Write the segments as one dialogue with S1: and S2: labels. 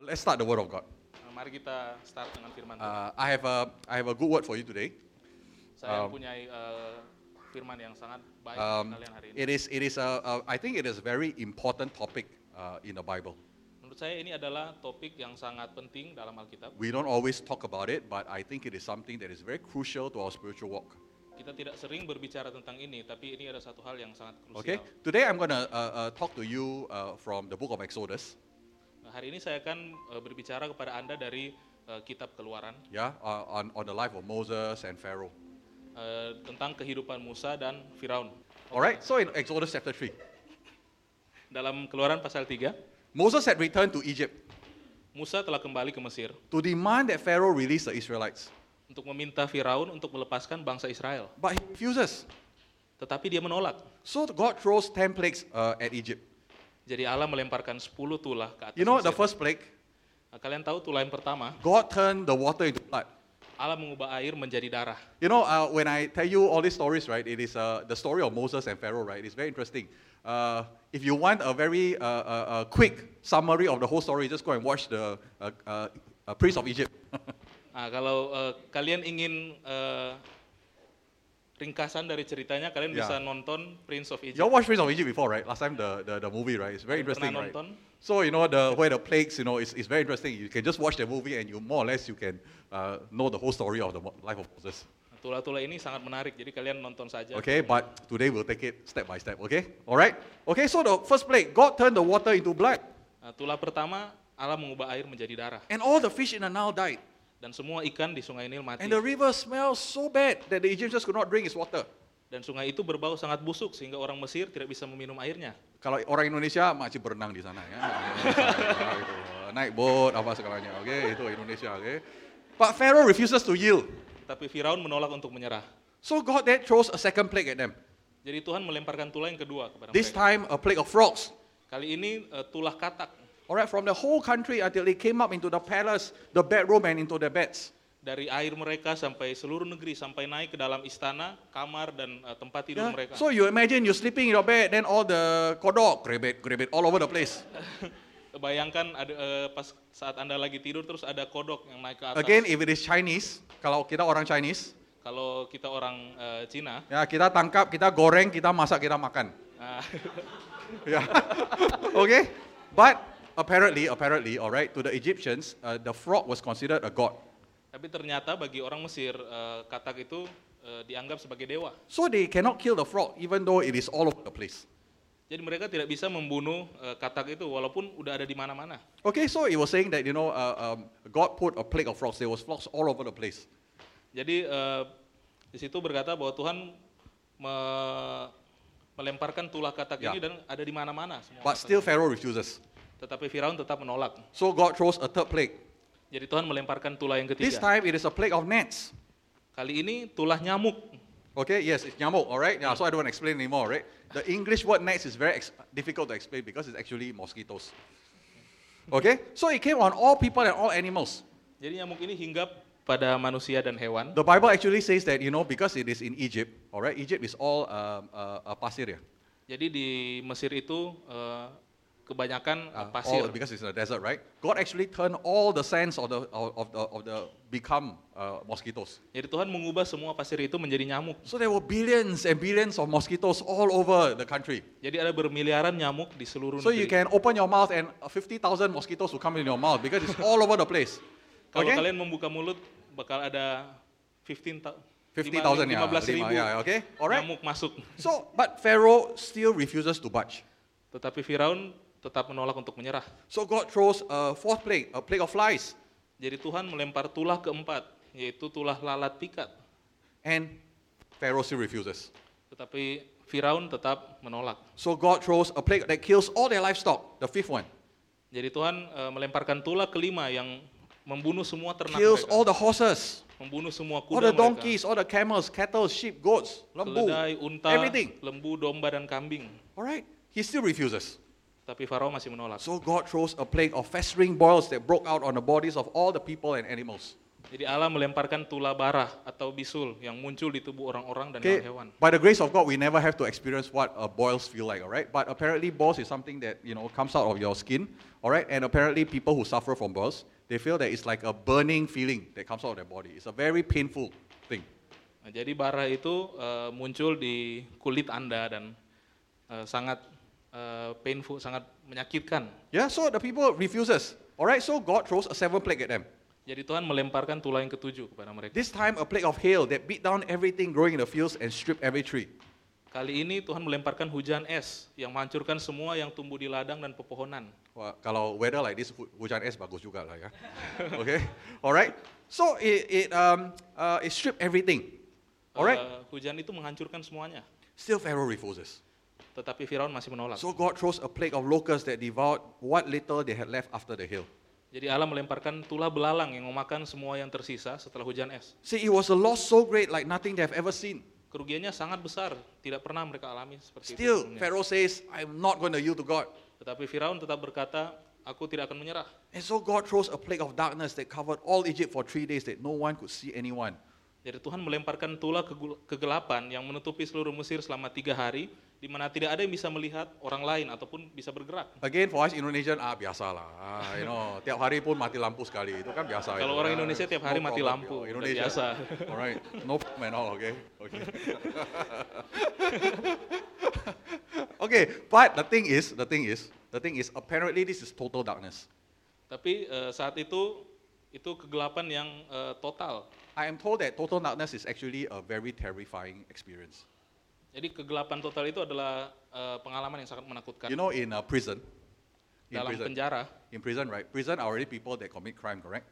S1: Let's start the word of God.
S2: Nah, mari kita start dengan firman Tuhan.
S1: Uh, I have a I have a good word for you today.
S2: Saya
S1: um,
S2: mempunyai eh, firman yang sangat baik untuk
S1: Um,
S2: kalian hari ini.
S1: it is it is a, a I think it is a very important topic uh, in the Bible.
S2: Menurut saya ini adalah topik yang sangat penting dalam Alkitab.
S1: We don't always talk about it, but I think it is something that is very crucial to our spiritual walk.
S2: Kita tidak sering berbicara tentang ini, tapi ini ada satu hal yang sangat
S1: Okay.
S2: krusial.
S1: Today I'm gonna uh, uh, talk to you uh, from the book of Exodus.
S2: Nah, hari ini saya akan eh, berbicara kepada Anda dari eh, kitab Keluaran
S1: Yeah, uh, on on the life of Moses and Pharaoh.
S2: eh, tentang kehidupan Musa dan Firaun.
S1: All right. So in Exodus chapter three,
S2: Dalam Keluaran pasal 3,
S1: Moses had returned to Egypt
S2: Musa telah kembali ke Mesir
S1: to demand that Pharaoh release the Israelites,
S2: untuk meminta Firaun untuk melepaskan bangsa Israel,
S1: but he refuses.
S2: tetapi dia menolak.
S1: So God throws 10 plagues uh, at Egypt.
S2: Jadi Allah melemparkan 10 tulah ke atas
S1: You know, the
S2: Mesir.
S1: first plague,
S2: Nah, kalian tahu tulah yang pertama,
S1: God turned the water into blood.
S2: Allah mengubah air menjadi darah.
S1: You know, uh, when I tell you all these stories, right, it is uh, the story of Moses and Pharaoh, right? It's very interesting. Uh, if you want a very uh, uh, uh, quick summary of the whole story, just go and watch the uh, uh, uh, Prince of Egypt.
S2: Nah, kalau eh, kalian ingin eh, ringkasan dari ceritanya, kalian
S1: Ya.
S2: bisa nonton Prince of
S1: you all
S2: Egypt.
S1: watched Prince of Egypt before, right? Last time, the, the, the movie, right? It's very
S2: Pernah
S1: interesting, right?
S2: nonton?
S1: So, you know, the, where the plagues, you know, it's, it's very interesting. You can just watch the movie and you more or less you can uh, know the whole story of the mo- life of Moses.
S2: Nah, Tulah-tulah ini sangat menarik, jadi kalian nonton saja.
S1: Okay, but today we'll take it step by step, okay? All right? Okay, so the first plague, God turned the water into blood,
S2: Nah, tulah pertama, Allah mengubah air menjadi darah.
S1: and all the fish in the Nile died.
S2: Dan semua ikan di sungai Nil mati.
S1: And the river smelled so bad that the Egyptians could not drink its water.
S2: Dan sungai itu berbau sangat busuk, sehingga orang Mesir tidak bisa meminum airnya.
S1: Kalau orang Indonesia masih berenang di sana ya. Naik boat apa segalanya. Okay, itu Indonesia, okay? But Pharaoh refuses to yield.
S2: Tapi Firaun menolak untuk menyerah.
S1: So God then throws a second plague at them.
S2: Jadi Tuhan melemparkan tulah yang kedua kepada
S1: This
S2: mereka.
S1: time a plague of frogs.
S2: Kali ini eh, tulah katak.
S1: All right, from the whole country until they came up into the palace, the bedroom and into their beds.
S2: Dari air mereka sampai seluruh negeri, sampai naik ke dalam istana, kamar, dan eh, tempat tidur
S1: Yeah.
S2: mereka.
S1: Ya, So you imagine you're sleeping in your bed, then all the kodok, grabbit, grabbit, all over the place.
S2: Bayangkan ada eh, pas saat Anda lagi tidur terus ada kodok yang naik ke atas.
S1: Again, if it is Chinese, kalau kita orang Chinese,
S2: Kalau kita orang eh, Cina,
S1: ya kita tangkap, kita goreng, kita masak, kita makan.
S2: nah,
S1: Yeah. okay? But apparently, apparently, all right, to the Egyptians, uh, the frog was considered a god.
S2: tapi ternyata bagi orang Mesir eh, katak itu eh, dianggap sebagai dewa.
S1: So they cannot kill the frog even though it is all over the place.
S2: Jadi mereka tidak bisa membunuh eh, katak itu walaupun udah ada di mana-mana.
S1: Okay, so it was saying that, you know, uh, um, God put a plague of frogs. There was frogs all over the place.
S2: Jadi eh, di situ berkata bahwa Tuhan me- melemparkan tulah katak
S1: Ya.
S2: ini dan ada di mana-mana semua.
S1: But
S2: katak.
S1: still Pharaoh refuses.
S2: Tetapi Firaun tetap menolak.
S1: So God throws a third plague.
S2: Jadi Tuhan melemparkan tulah yang
S1: This
S2: ketiga.
S1: time it is a plague of gnats.
S2: Kali ini tulah nyamuk.
S1: Okay, yes, it's nyamuk, all right? Yeah, so I don't want to explain anymore, right? The English word gnats is very ex- difficult to explain because it's actually mosquitoes. Okay, so it came on all people and all animals.
S2: Jadi nyamuk ini hinggap pada manusia dan hewan.
S1: The Bible actually says that, you know, because it is in Egypt, all right, Egypt is all um, uh, uh, pasir, yeah?
S2: Jadi di Mesir itu eh, kebanyakan eh,
S1: Uh,
S2: pasir.
S1: all- because it's in the desert, right? God actually turned all the sands of the, of, of the, of the become uh, mosquitoes.
S2: Jadi Tuhan mengubah semua pasir itu menjadi nyamuk.
S1: So there were billions and billions of mosquitoes all over the country.
S2: Jadi ada bermiliaran nyamuk di seluruh
S1: So you can
S2: negeri.
S1: open your mouth and 50,000 mosquitoes will come in your mouth because it's all over the place.
S2: Kalau
S1: okay?
S2: kalian membuka mulut bakal ada 15 ta-
S1: 50,000 ya.
S2: 15
S1: lima,
S2: ribu
S1: ya, ya, okay? Alright.
S2: nyamuk masuk.
S1: So, but Pharaoh still refuses to budge.
S2: Tetapi Firaun tetap menolak untuk menyerah.
S1: So God throws a fourth plague, a plague of flies.
S2: Jadi Tuhan melempar tulah keempat, yaitu tulah lalat pikat.
S1: And Pharaoh still refuses.
S2: Tetapi Firaun tetap menolak.
S1: So God throws a plague that kills all their livestock, the fifth one.
S2: Jadi Tuhan eh, melemparkan tulah kelima yang membunuh semua ternak
S1: Kills
S2: mereka.
S1: all the horses,
S2: membunuh semua
S1: all
S2: kuda
S1: the
S2: mereka.
S1: donkeys, all the camels, cattle, sheep, goats, lembu,
S2: keledai, unta,
S1: everything.
S2: lembu, domba dan kambing.
S1: All right? He still refuses.
S2: Tapi Farao masih menolak.
S1: So God throws a plague of festering boils that broke out on the bodies of all the people and animals.
S2: Jadi Allah melemparkan tula bara atau bisul yang muncul di tubuh orang-orang dan
S1: Okay,
S2: hewan-hewan.
S1: by the grace of God, we never have to experience what uh, boils feel like, all right? But apparently, boils is something that, you know, comes out of your skin, all right? And apparently, people who suffer from boils, they feel that it's like a burning feeling that comes out of their body. It's a very painful thing.
S2: Nah, jadi bara itu eh, muncul di kulit Anda dan eh, sangat eh, painful, sangat menyakitkan.
S1: Yeah, so the people refuses, all right? So God throws a seven plague at them.
S2: Jadi Tuhan melemparkan tula yang ketujuh kepada mereka.
S1: This time, a plague of hail that beat down everything growing in the fields and stripped every tree.
S2: Kali ini Tuhan melemparkan hujan es yang menghancurkan semua yang tumbuh di ladang dan pepohonan.
S1: Wah, kalau weather like this, hu- hujan es bagus juga lah ya. okay, alright. So it it um uh, it stripped everything. Alright.
S2: Eh, hujan itu menghancurkan semuanya.
S1: Still Pharaoh refuses.
S2: Tetapi Firaun masih menolak.
S1: So God throws a plague of locusts that devoured what little they had left after the hail.
S2: Jadi Allah melemparkan tula belalang yang memakan semua yang tersisa setelah hujan es.
S1: See, it was a loss so great like nothing they have ever seen.
S2: Kerugiannya sangat besar, tidak pernah mereka alami seperti itu.
S1: Still,
S2: sebelumnya.
S1: Pharaoh says, "I'm not going to yield to God."
S2: Tetapi Firaun tetap berkata, aku tidak akan menyerah.
S1: And so God throws a plague of darkness that covered all Egypt for three days that no one could see anyone.
S2: Jadi Tuhan melemparkan tula kegul- kegelapan yang menutupi seluruh Mesir selama tiga hari, di mana tidak ada yang bisa melihat orang lain ataupun bisa bergerak.
S1: Again, for us Indonesian, ah biasa lah. Ah, you know, tiap hari pun mati lampu sekali. Itu kan biasa.
S2: Kalau
S1: itu,
S2: orang
S1: ya.
S2: Indonesia tiap hari mati
S1: problem,
S2: lampu,
S1: yo.
S2: udah
S1: Indonesia.
S2: biasa.
S1: Alright, no problem at all, okay? Okay. okay, but the thing is, the thing is, the thing is, apparently this is total darkness.
S2: Tapi eh, saat itu itu kegelapan yang eh, total.
S1: I am told that total darkness is actually a very terrifying experience.
S2: Jadi kegelapan total itu adalah eh, pengalaman yang sangat menakutkan
S1: You know, in a prison, in
S2: dalam
S1: prison,
S2: penjara.
S1: in prison, right? Prison are already people that commit crime, correct?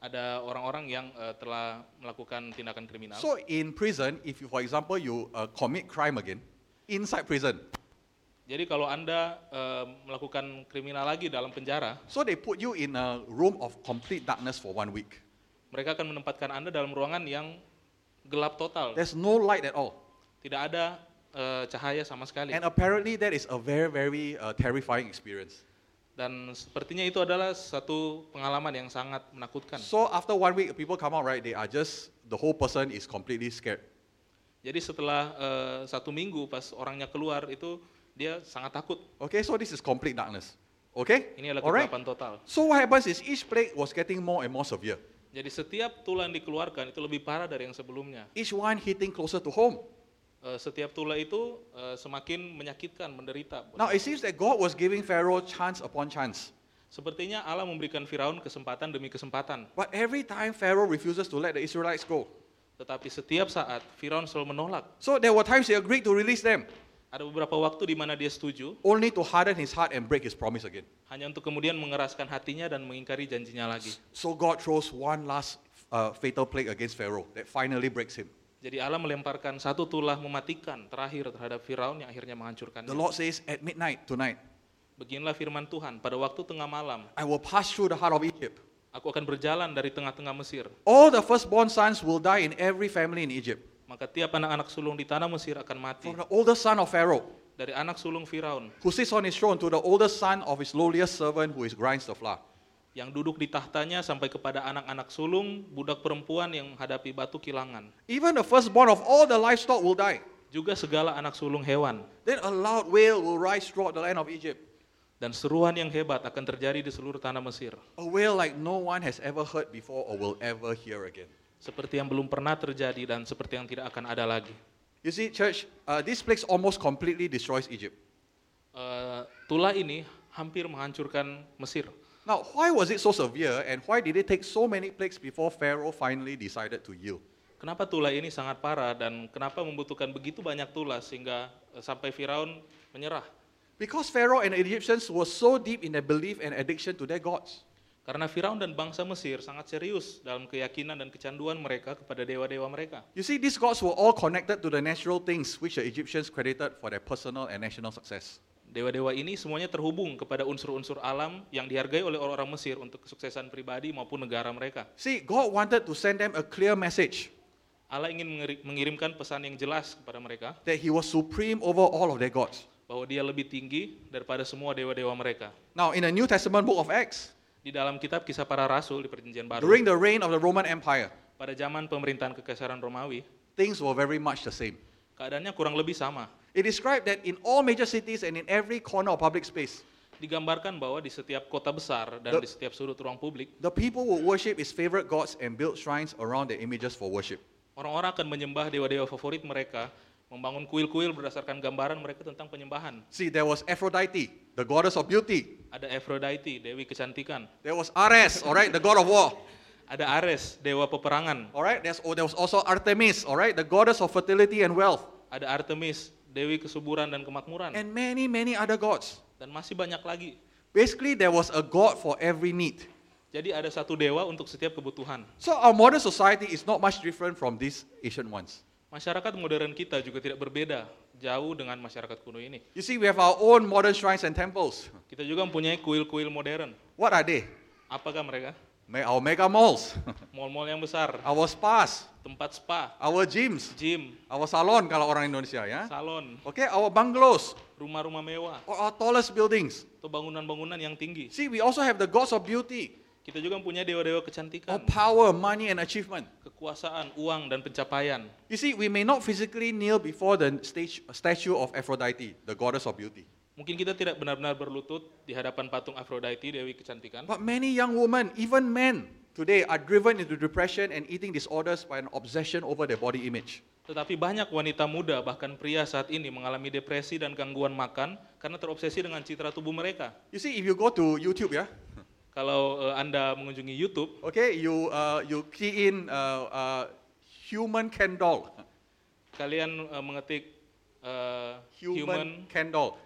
S2: Ada orang-orang yang eh, telah melakukan tindakan kriminal.
S1: So in prison, if you, for example, you uh, commit crime again inside prison,
S2: Jadi kalau anda eh, melakukan kriminal lagi dalam penjara,
S1: so they put you in a room of complete darkness for one week.
S2: mereka akan menempatkan anda dalam ruangan yang gelap total,
S1: There's no light at all,
S2: tidak ada eh, cahaya sama sekali.
S1: and apparently that is a very, very uh, terrifying experience.
S2: Dan sepertinya itu adalah satu pengalaman yang sangat menakutkan.
S1: So after one week, people come out right. They are just the whole person is completely scared.
S2: Jadi setelah eh, satu minggu pas orangnya keluar itu dia sangat takut.
S1: Okay, so this is complete darkness. Okay,
S2: Ini adalah
S1: all right.
S2: kegelapan total.
S1: So what happens is each plague was getting more and more severe.
S2: Jadi setiap tula yang dikeluarkan itu lebih parah dari yang sebelumnya.
S1: Each one hitting closer to home.
S2: Eh, setiap tula itu eh, semakin menyakitkan, menderita.
S1: Now it seems that God was giving Pharaoh chance upon chance.
S2: Sepertinya Allah memberikan Firaun kesempatan demi kesempatan.
S1: But every time Pharaoh refuses to let the Israelites go.
S2: Tetapi setiap saat Firaun selalu menolak.
S1: So there were times he agreed to release them,
S2: Ada beberapa waktu di mana dia setuju,
S1: only to harden his heart and break his promise again.
S2: hanya untuk kemudian mengeraskan hatinya dan mengingkari janjinya lagi.
S1: So God throws one last uh, fatal plague against Pharaoh that finally breaks him.
S2: Jadi Allah melemparkan satu tulah mematikan terakhir terhadap Firaun yang akhirnya
S1: The
S2: menghancurkannya.
S1: Lord says, At midnight tonight,
S2: Beginilah firman Tuhan, pada waktu tengah malam,
S1: I will pass through the heart of Egypt.
S2: aku akan berjalan dari tengah-tengah Mesir.
S1: All the firstborn sons will die in every family in Egypt,
S2: Maka tiap anak-anak sulung di tanah Mesir akan mati.
S1: from the oldest son of Pharaoh,
S2: Dari anak sulung Firaun
S1: who sits on his throne, to the oldest son of his lowliest servant, who is grinds the flour.
S2: yang duduk di tahtanya sampai kepada anak-anak sulung, budak perempuan yang menghadapi batu kilangan.
S1: Even the firstborn of all the livestock will die.
S2: Juga segala anak sulung hewan.
S1: Then a loud wail will rise throughout the land of Egypt.
S2: Dan seruan yang hebat akan terjadi di seluruh tanah Mesir.
S1: A wail like no one has ever heard before or will ever hear again.
S2: Seperti yang belum pernah terjadi dan seperti yang tidak akan ada lagi.
S1: You see, church, uh, this plague almost completely destroys Egypt.
S2: Eh, tula ini hampir menghancurkan Mesir.
S1: Now, why was it so severe and why did it take so many plagues before Pharaoh finally decided to yield?
S2: Kenapa tula ini sangat parah dan kenapa membutuhkan begitu banyak tula sehingga eh, sampai Firaun menyerah?
S1: Because Pharaoh and the Egyptians were so deep in their belief and addiction to their gods.
S2: Karena Firaun dan bangsa Mesir sangat serius dalam keyakinan dan kecanduan mereka kepada dewa-dewa mereka.
S1: You see, these gods were all connected to the natural things which the Egyptians credited for their personal and national success.
S2: Dewa-dewa ini semuanya terhubung kepada unsur-unsur alam yang dihargai oleh orang-orang Mesir untuk kesuksesan pribadi maupun negara mereka.
S1: See, God wanted to send them a clear message
S2: Allah ingin mengeri- mengirimkan pesan yang jelas kepada mereka
S1: that He was supreme over all of their gods.
S2: bahwa dia lebih tinggi daripada semua dewa-dewa mereka.
S1: Now, in the New Testament book of Acts,
S2: Di dalam kitab Kisah Para Rasul di Perjanjian Baru,
S1: During the reign of the Roman Empire,
S2: pada zaman pemerintahan kekaisaran Romawi,
S1: things were very much the same.
S2: keadaannya kurang lebih sama.
S1: It described that in all major cities and in every corner of public space,
S2: Digambarkan bahwa di setiap kota besar dan
S1: The-
S2: di setiap sudut ruang publik,
S1: the people would worship his favorite gods and build shrines around their images for worship.
S2: orang-orang akan menyembah dewa-dewa favorit mereka, membangun kuil-kuil berdasarkan gambaran mereka tentang penyembahan.
S1: See, there was Aphrodite, the goddess of beauty.
S2: Ada Aphrodite, dewi kecantikan.
S1: There was Ares, all right, the god of war.
S2: Ada Ares, dewa peperangan.
S1: All right, there's, oh, there was also Artemis, all right, the goddess of fertility and wealth,
S2: Ada Artemis, dewi kesuburan dan kemakmuran.
S1: and many, many other gods.
S2: dan masih banyak lagi.
S1: Basically, there was a god for every need.
S2: Jadi ada satu dewa untuk setiap kebutuhan.
S1: So our modern society is not much different from these ancient ones.
S2: Masyarakat modern kita juga tidak berbeda jauh dengan masyarakat kuno ini.
S1: You see, we have our own modern shrines and temples.
S2: Kita juga mempunyai kuil-kuil modern.
S1: What are they?
S2: Apakah mereka?
S1: Ma- Our mega malls,
S2: Mall-mall yang besar,
S1: our spas,
S2: tempat spa,
S1: our gyms,
S2: gym,
S1: our salon kalau orang Indonesia ya.
S2: salon,
S1: Okay, our bungalows
S2: rumah-rumah mewah,
S1: or our tallest buildings.
S2: atau bangunan-bangunan yang tinggi.
S1: See, we also have the gods of beauty,
S2: Kita juga mempunyai dewa-dewa
S1: or
S2: kecantikan,
S1: power, money and achievement.
S2: kekuasaan, uang, dan pencapaian.
S1: You see, we may not physically kneel before the stage, statue of Aphrodite, the goddess of beauty.
S2: Mungkin kita tidak benar-benar berlutut di hadapan patung Aphrodite, dewi kecantikan.
S1: But many young women, even men, today are driven into depression and eating disorders by an obsession over their body image.
S2: Tetapi banyak wanita muda, bahkan pria saat ini mengalami depresi dan gangguan makan karena terobsesi dengan citra tubuh mereka.
S1: You see, if you go to YouTube, ya, yeah,
S2: Kalau eh, Anda mengunjungi YouTube,
S1: okay, you, uh, you key in uh, uh, human can doll.
S2: kalian eh, mengetik eh,
S1: Human,
S2: human,
S1: can doll.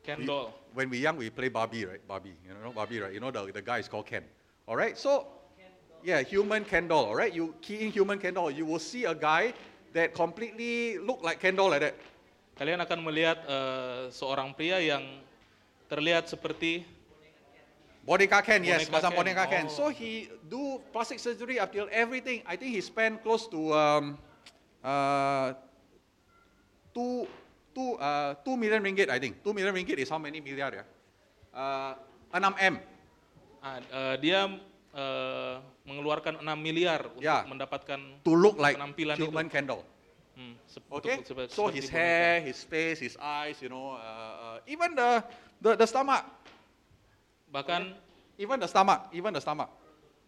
S2: Ken
S1: You-
S2: doll.
S1: When we young, we play Barbie, right? Barbie, you know Barbie, right? You know the, the guy is called Ken. All right, so yeah, human Ken doll. All right, you key in human Ken doll, you will see a guy that completely look like Ken doll like that.
S2: Kalian akan melihat eh, seorang pria yang terlihat seperti
S1: Boneka Ken, yes,
S2: Boneka
S1: macam
S2: Ken,
S1: boneka Ken.
S2: oh.
S1: So he do plastic surgery until everything. I think he spent close to um, uh, two, two, uh, two million ringgit. I think two million ringgit is how many miliar ya? Uh, 6 m.
S2: ah, eh, dia eh, mengeluarkan 6 miliar untuk
S1: Ya.
S2: mendapatkan
S1: to look like
S2: Penampilan itu.
S1: human candle.
S2: hmm, sep-
S1: Okay,
S2: untuk- sep-
S1: so
S2: seperti
S1: his
S2: boneka.
S1: hair, his face, his eyes, you know, uh, uh, even the, the the stomach,
S2: Bahkan
S1: even the stomach, even the stomach.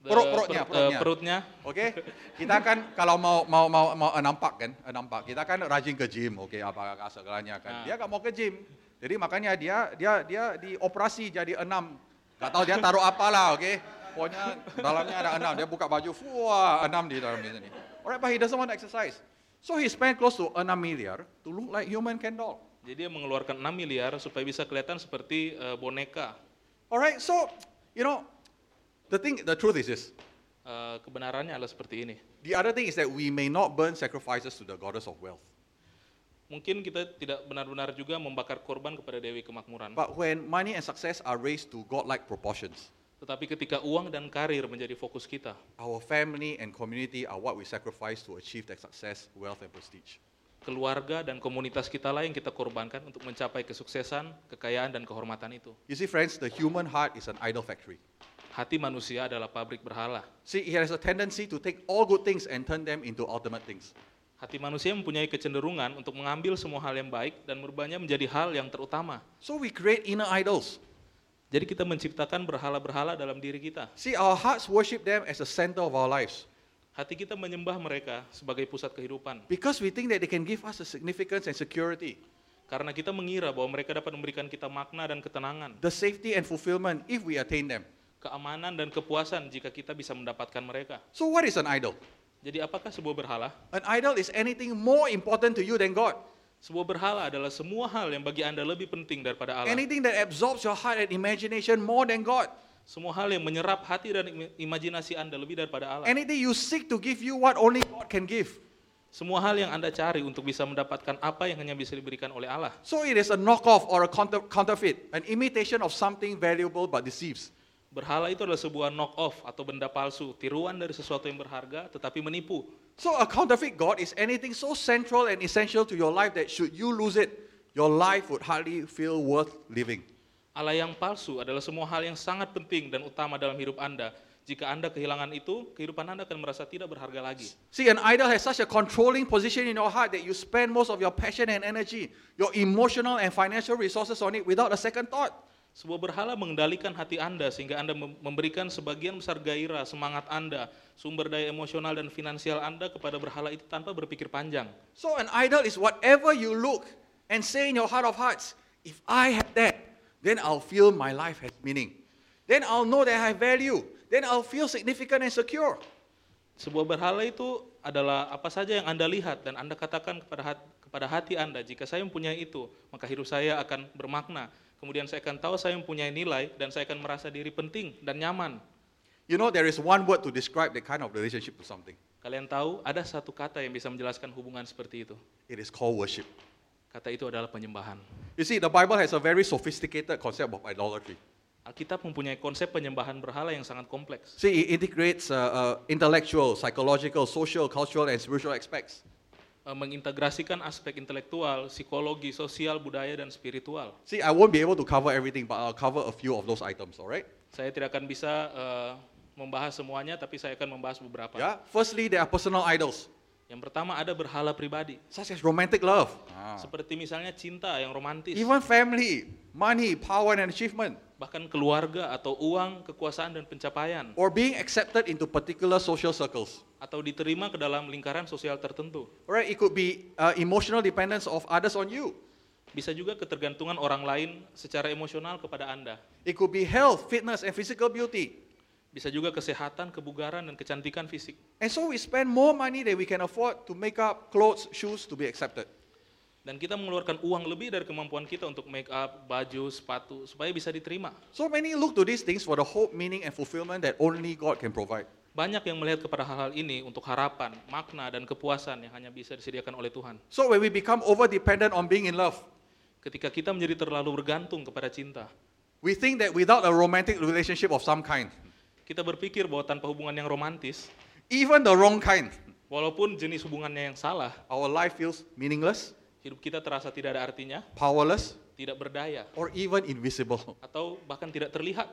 S2: the
S1: Perut-perutnya,
S2: per- eh,
S1: perutnya.
S2: perutnya
S1: Okay, kita kan kalau mau mau mau mau nampak kan, nampak kita kan rajin ke gym, oke, apa segalanya kan.
S2: Ah.
S1: Dia nggak mau ke gym, jadi makanya dia dia dia dioperasi jadi enam. Gak tahu dia taruh apalah, oke. Pokoknya dalamnya ada enam. Dia buka baju, wah enam di dalam ini. Alright, but he doesn't want to exercise. So he spent close to enam miliar to look like human Ken doll.
S2: Jadi dia mengeluarkan 6 miliar supaya bisa kelihatan seperti eh, boneka.
S1: Alright, so you know, the thing, the truth is this.
S2: Eh, kebenarannya adalah seperti ini.
S1: The other thing is that we may not burn sacrifices to the goddess of wealth.
S2: Mungkin kita tidak benar-benar juga membakar korban kepada Dewi Kemakmuran.
S1: But when money and success are raised to godlike proportions,
S2: Tetapi ketika uang dan karir menjadi fokus kita,
S1: our family and community are what we sacrifice to achieve that success, wealth, and prestige.
S2: keluarga dan komunitas kita lain kita korbankan untuk mencapai kesuksesan, kekayaan, dan kehormatan itu.
S1: You see, friends, the human heart is an idol factory.
S2: Hati manusia adalah pabrik berhala.
S1: See, it has a tendency to take all good things and turn them into ultimate things.
S2: Hati manusia mempunyai kecenderungan untuk mengambil semua hal yang baik dan merubahnya menjadi hal yang terutama.
S1: So we create inner idols.
S2: Jadi kita menciptakan berhala-berhala dalam diri kita.
S1: See, our hearts worship them as the center of our lives
S2: Hati kita menyembah mereka sebagai pusat kehidupan.
S1: because we think that they can give us a significance and security,
S2: Karena kita mengira bahwa mereka dapat memberikan kita makna dan ketenangan,
S1: the safety and fulfillment if we attain them.
S2: keamanan dan kepuasan jika kita bisa mendapatkan mereka.
S1: So, what is an idol?
S2: Jadi apakah sebuah berhala?
S1: An idol is anything more important to you than God.
S2: Sebuah berhala adalah semua hal yang bagi Anda lebih penting daripada Allah.
S1: Anything that absorbs your heart and imagination more than God.
S2: semua hal yang menyerap hati dan im- imajinasi Anda lebih daripada Allah.
S1: Anything you seek to give you what only God can give.
S2: semua hal yang Anda cari untuk bisa mendapatkan apa yang hanya bisa diberikan oleh Allah.
S1: So it is a knockoff or a counter- counterfeit, an imitation of something valuable but deceives.
S2: Berhala itu adalah sebuah knock off atau benda palsu, tiruan dari sesuatu yang berharga tetapi menipu.
S1: So a counterfeit God is anything so central and essential to your life that should you lose it, your life would hardly feel worth living.
S2: Allah yang palsu adalah semua hal yang sangat penting dan utama dalam hidup Anda. Jika Anda kehilangan itu, kehidupan Anda akan merasa tidak berharga lagi.
S1: See, an idol has such a controlling position in your heart that you spend most of your passion and energy, your emotional and financial resources on it without a second thought.
S2: Sebuah berhala mengendalikan hati Anda sehingga Anda mem- memberikan sebagian besar gairah, semangat Anda, sumber daya emosional dan finansial Anda kepada berhala itu tanpa berpikir panjang.
S1: So, an idol is whatever you look and say in your heart of hearts, if I have that, then I'll feel my life has meaning. Then I'll know that I have value. Then I'll feel significant and secure.
S2: Sebuah berhala itu adalah apa saja yang Anda lihat dan Anda katakan kepada hati, kepada hati Anda, jika saya mempunyai itu, maka hidup saya akan bermakna. Kemudian saya akan tahu saya mempunyai nilai dan saya akan merasa diri penting dan nyaman.
S1: You know, there is one word to describe that kind of relationship to something
S2: Kalian tahu ada satu kata yang bisa menjelaskan hubungan seperti itu.
S1: it is called worship.
S2: Kata itu adalah penyembahan.
S1: You see, the Bible has a very sophisticated concept of idolatry.
S2: Alkitab mempunyai konsep penyembahan berhala yang sangat kompleks.
S1: See, it integrates uh, uh, intellectual, psychological, social, cultural, and spiritual aspects.
S2: E, Mengintegrasikan aspek intelektual, psikologi, sosial, budaya, dan spiritual.
S1: See, I won't be able to cover everything, but I'll cover a few of those items, all right?
S2: Saya tidak akan bisa e, membahas semuanya, tapi saya akan membahas beberapa.
S1: Yeah. Firstly, there are personal idols,
S2: Yang pertama ada berhala pribadi,
S1: such as romantic love,
S2: seperti misalnya cinta yang romantis,
S1: even family, money, power, and achievement,
S2: bahkan keluarga atau uang, kekuasaan dan pencapaian,
S1: or being accepted into particular social circles.
S2: atau diterima ke dalam lingkaran sosial tertentu.
S1: All right, it could be uh, emotional dependence of others on you.
S2: Bisa juga ketergantungan orang lain secara emosional kepada Anda.
S1: It could be health, fitness, and physical beauty.
S2: Bisa juga kesehatan, kebugaran, dan kecantikan fisik.
S1: And so we spend more money than we can afford to make up clothes, shoes to be accepted.
S2: Dan kita mengeluarkan uang lebih dari kemampuan kita untuk make up, baju, sepatu, supaya bisa diterima.
S1: So many look to these things for the hope, meaning, and fulfillment that only God can provide.
S2: Banyak yang melihat kepada hal-hal ini untuk harapan, makna, dan kepuasan yang hanya bisa disediakan oleh Tuhan.
S1: So when we become over dependent on being in love,
S2: Ketika kita menjadi terlalu bergantung kepada cinta,
S1: we think that without a romantic relationship of some kind,
S2: kita berpikir bahwa tanpa hubungan yang romantis,
S1: even the wrong kind,
S2: walaupun jenis hubungannya yang salah,
S1: our life feels meaningless,
S2: hidup kita terasa tidak ada artinya,
S1: powerless,
S2: tidak berdaya,
S1: or even invisible.
S2: atau bahkan tidak terlihat.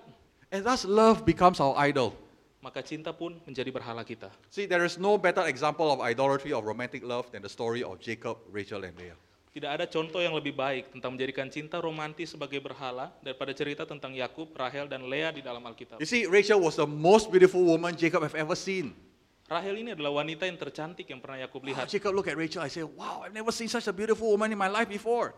S1: And thus, love becomes our idol.
S2: Maka cinta pun menjadi berhala kita.
S1: See, there is no better example of idolatry of romantic love than the story of Jacob, Rachel, and Leah.
S2: Tidak ada contoh yang lebih baik tentang menjadikan cinta romantis sebagai berhala daripada cerita tentang Yakub, Rahel, dan Lea di dalam Alkitab.
S1: You see, Rachel was the most beautiful woman Jacob have ever seen.
S2: Rahel ini adalah wanita yang tercantik yang pernah Yakub
S1: Wow,
S2: lihat.
S1: Jacob looked at Rachel. I said, Wow, I've never seen such a beautiful woman in my life before.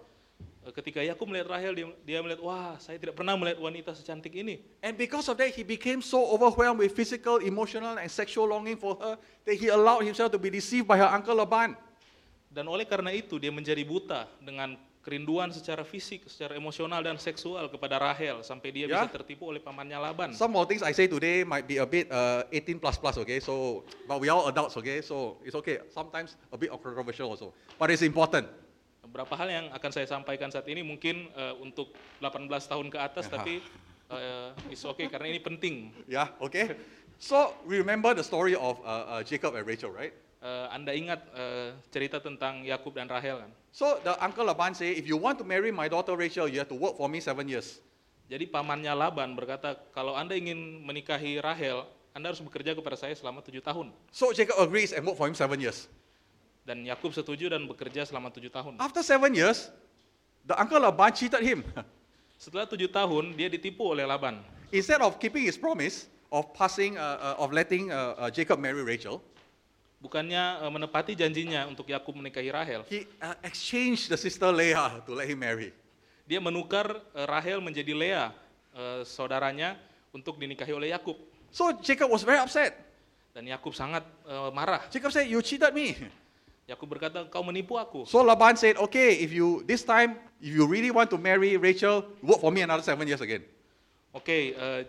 S2: Ketika Yakub melihat Rahel, dia, dia melihat, wah, saya tidak pernah melihat wanita secantik ini.
S1: And because of that, he became so overwhelmed with physical, emotional, and sexual longing for her that he allowed himself to be deceived by her uncle Laban.
S2: Dan oleh karena itu dia menjadi buta dengan kerinduan secara fisik, secara emosional dan seksual kepada Rahel sampai dia
S1: Ya.
S2: bisa tertipu oleh pamannya Laban.
S1: Some of the things I say today might be a bit uh, 18 plus plus, okay? So, but we are all adults, okay? So it's okay. Sometimes a bit controversial also, but it's important.
S2: Beberapa hal yang akan saya sampaikan saat ini mungkin eh, untuk 18 tahun ke atas tapi eh, it's okay karena ini penting.
S1: Yeah, okay. So we remember the story of uh, uh, Jacob and Rachel, right?
S2: Eh, anda ingat eh, cerita tentang Yakub dan Rahel kan?
S1: So the uncle Laban say, if you want to marry my daughter Rachel, you have to work for me seven years.
S2: Jadi pamannya Laban berkata kalau Anda ingin menikahi Rahel, Anda harus bekerja kepada saya selama tujuh tahun.
S1: So Jacob agrees and worked for him seven years.
S2: Dan Yakub setuju dan bekerja selama tujuh tahun.
S1: After seven years, the uncle Laban cheated him.
S2: Setelah tujuh tahun dia ditipu oleh Laban.
S1: Instead of keeping his promise of passing, uh, uh, of letting uh, uh, Jacob marry Rachel,
S2: Bukannya eh, menepati janjinya untuk Yakub menikahi Rahel,
S1: he uh, exchanged the sister Leah to let him marry.
S2: dia menukar eh, Rahel menjadi Lea, eh, saudaranya untuk dinikahi oleh Yakub.
S1: So Jacob was very upset.
S2: Dan Yakub sangat eh, marah.
S1: Jacob said, "You cheated me."
S2: Yakub berkata, "Kau menipu aku."
S1: So Laban said, "Okay, if you this time, if you really want to marry Rachel, work for me another seven years again."
S2: Oke, eh,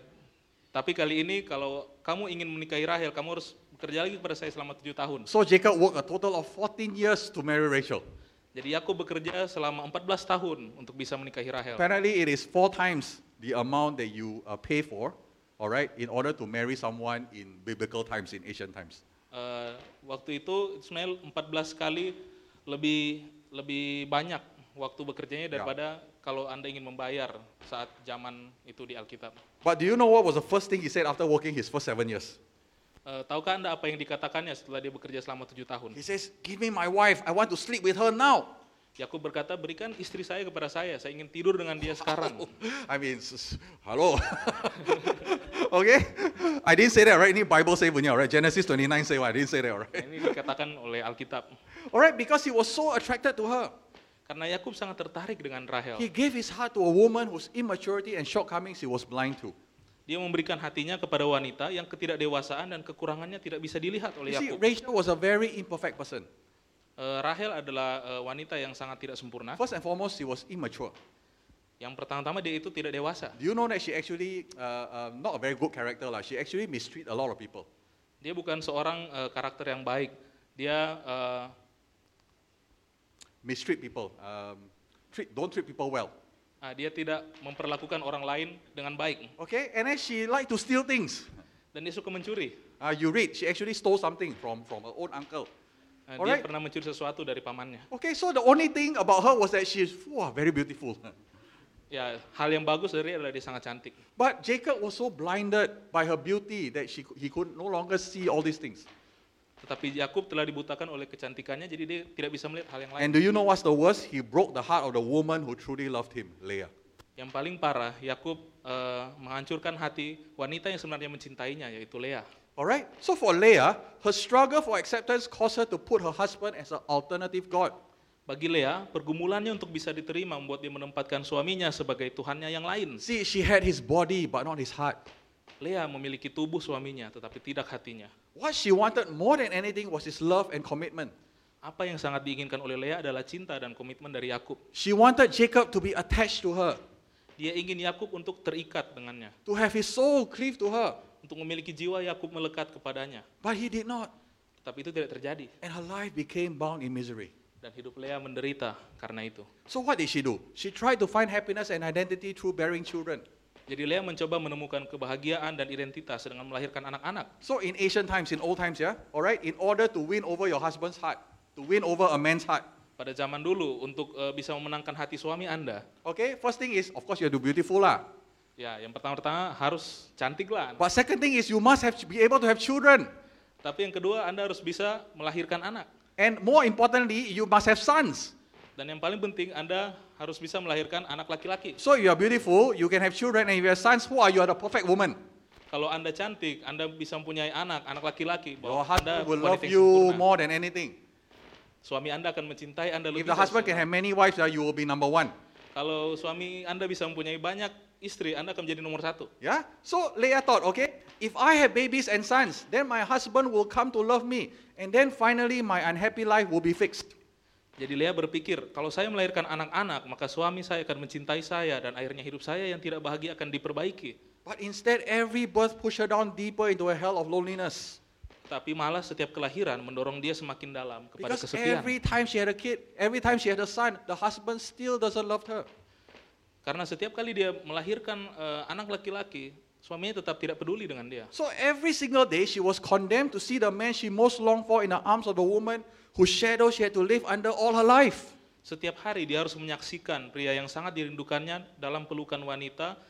S2: tapi kali ini kalau kamu ingin menikahi Rahel, kamu harus bekerja lagi kepada saya selama tujuh tahun.
S1: So Jacob worked a total of 14 years to marry Rachel.
S2: Jadi Yakub bekerja selama 14 tahun untuk bisa menikahi Rahel.
S1: Apparently, it is four times the amount that you uh, pay for, all right, in order to marry someone in biblical times, in ancient times.
S2: Eh, waktu itu Ismail 14 kali lebih lebih banyak waktu bekerjanya daripada kalau Anda ingin membayar saat zaman itu di Alkitab.
S1: But do you know what was the first thing he said after working his first seven years?
S2: Eh, tahukah Anda apa yang dikatakannya setelah dia bekerja selama tujuh tahun?
S1: He says, Give me my wife. I want to sleep with her now.
S2: Yakub berkata, berikan istri saya kepada saya, saya ingin tidur dengan dia sekarang.
S1: I mean, s- s- hello. okay? I didn't say that, right? Ini Bible say punya, right? Genesis 29 say what? I didn't say that, all right?
S2: Nah, ini dikatakan oleh Alkitab.
S1: All right, because he was so attracted to her.
S2: Karena Yakub sangat tertarik dengan
S1: He
S2: Rahel.
S1: gave his heart to a woman whose immaturity and shortcomings he was blind to.
S2: Dia memberikan hatinya kepada wanita yang ketidakdewasaan dan kekurangannya tidak bisa dilihat
S1: You
S2: oleh
S1: see,
S2: Yakub.
S1: Rachel was a very imperfect person.
S2: Eh, Rahel adalah eh, wanita yang sangat tidak sempurna.
S1: First and foremost, she was immature.
S2: Yang pertama-tama dia itu tidak dewasa.
S1: Do you know that she actually, uh, uh, not a very good character, lah. she actually mistreat a lot of people.
S2: Dia bukan seorang eh, karakter yang baik. Dia eh,
S1: Mistreat people. Um, treat, don't treat people well.
S2: ah, dia tidak memperlakukan orang lain dengan baik
S1: Okay? And then she liked to steal things.
S2: dan dia suka mencuri.
S1: Uh, you read, she actually stole something from, from her own uncle.
S2: Eh, dia
S1: Alright.
S2: pernah mencuri sesuatu dari pamannya.
S1: Okay, so the only thing about her was that she's wow, very beautiful.
S2: Ya, hal yang bagus dari dia adalah dia sangat cantik.
S1: But Jacob was so blinded by her beauty that she, he could no longer see all these things.
S2: Tetapi Yakub telah dibutakan oleh kecantikannya jadi dia tidak bisa melihat hal yang lain.
S1: And do you know what's the worst? He broke the heart of the woman who truly loved him, Leah.
S2: Yang paling parah, Yakub eh, menghancurkan hati wanita yang sebenarnya mencintainya yaitu Lea.
S1: All right? So for Leah, her struggle for acceptance caused her to put her husband as an alternative God.
S2: Bagi Lea, pergumulannya untuk bisa diterima membuat dia menempatkan suaminya sebagai Tuhannya yang lain.
S1: See, she had his body, but not his heart.
S2: Lea memiliki tubuh suaminya, tetapi tidak hatinya.
S1: What she wanted more than anything was his love and commitment.
S2: Apa yang sangat diinginkan oleh Lea adalah cinta dan komitmen dari Yakub.
S1: She wanted Jacob to be attached to her,
S2: Dia ingin Yakub untuk terikat dengannya,
S1: to have his soul cleave to her.
S2: untuk memiliki jiwa Yakub melekat kepadanya.
S1: But he did not.
S2: Tetapi itu tidak terjadi
S1: And her life became bound in misery.
S2: dan hidup Lea menderita karena itu.
S1: So what did she do? She tried to find happiness and identity through bearing children.
S2: Jadi Lea mencoba menemukan kebahagiaan dan identitas dengan melahirkan anak-anak.
S1: So in ancient times, in old times, yeah, all right, in order to win over your husband's heart, to win over a man's heart,
S2: Pada zaman dulu untuk eh, bisa memenangkan hati suami Anda,
S1: okay, first thing is, of course, you have to be beautiful lah.
S2: ya yang pertama-tama harus cantik lah.
S1: But second thing is, you must have to be able to have children.
S2: Tapi yang kedua Anda harus bisa melahirkan anak.
S1: And more importantly, you must have sons.
S2: Dan yang paling penting Anda harus bisa melahirkan anak laki-laki.
S1: So you are beautiful, you can have children, and if you have sons, who are you are the perfect woman.
S2: Kalau Anda cantik, Anda bisa mempunyai anak, anak
S1: Your
S2: laki-laki, bahwa
S1: husband
S2: Anda
S1: will love
S2: wanita yang
S1: you
S2: sempurna.
S1: more than anything.
S2: Suami Anda akan mencintai
S1: If
S2: Anda lebih.
S1: the
S2: dari
S1: husband can
S2: seorang-
S1: have many wives, uh, you will be number one.
S2: Kalau suami Anda bisa mempunyai banyak istri, Anda akan menjadi nomor satu.
S1: Yeah? So Leah thought, okay, if I have babies and sons, then my husband will come to love me. And then finally, my unhappy life will be fixed.
S2: Jadi Lea berpikir, kalau saya melahirkan anak-anak, maka suami saya akan mencintai saya dan akhirnya hidup saya yang tidak bahagia akan diperbaiki.
S1: But instead, every birth pushed her down deeper into a hell of loneliness.
S2: Tapi malah setiap kelahiran mendorong dia semakin dalam kepada
S1: Because
S2: kesepian.
S1: every time she had a kid, every time she had a son, the husband still doesn't love her.
S2: Karena setiap kali dia melahirkan eh, anak laki-laki, suaminya tetap tidak peduli dengan dia.
S1: So every single day, she was condemned to see the man she most longed for in the arms of the woman whose shadow she had to live under all her life.
S2: Setiap hari dia harus menyaksikan pria yang sangat dirindukannya dalam pelukan wanita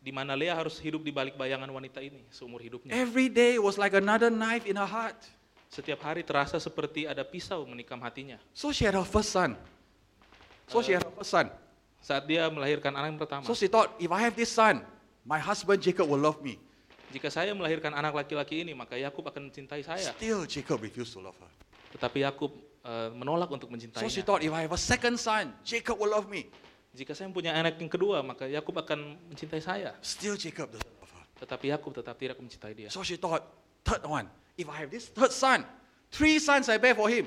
S2: di mana Lea harus hidup di balik bayangan wanita ini seumur hidupnya.
S1: Every day was like another knife in her heart.
S2: Setiap hari terasa seperti ada pisau menikam hatinya.
S1: So she had her first son. So she had her first son.
S2: Saat dia melahirkan anak yang pertama,
S1: So she thought, if I have this son, my husband Jacob will love me.
S2: jika saya melahirkan anak laki-laki ini, maka Yakub akan mencintai saya.
S1: Still, Jacob refused to love her.
S2: Tetapi Yakub eh, menolak untuk
S1: So she
S2: mencintainya.
S1: thought, if I have a second son, Jacob will love me.
S2: Jika saya punya anak yang kedua, maka Yakub akan mencintai saya.
S1: Still, Jacob doesn't love her.
S2: Tetapi Yakub tetap tidak mencintai dia.
S1: So she thought, third one, if I have this third son, three sons I bear for him,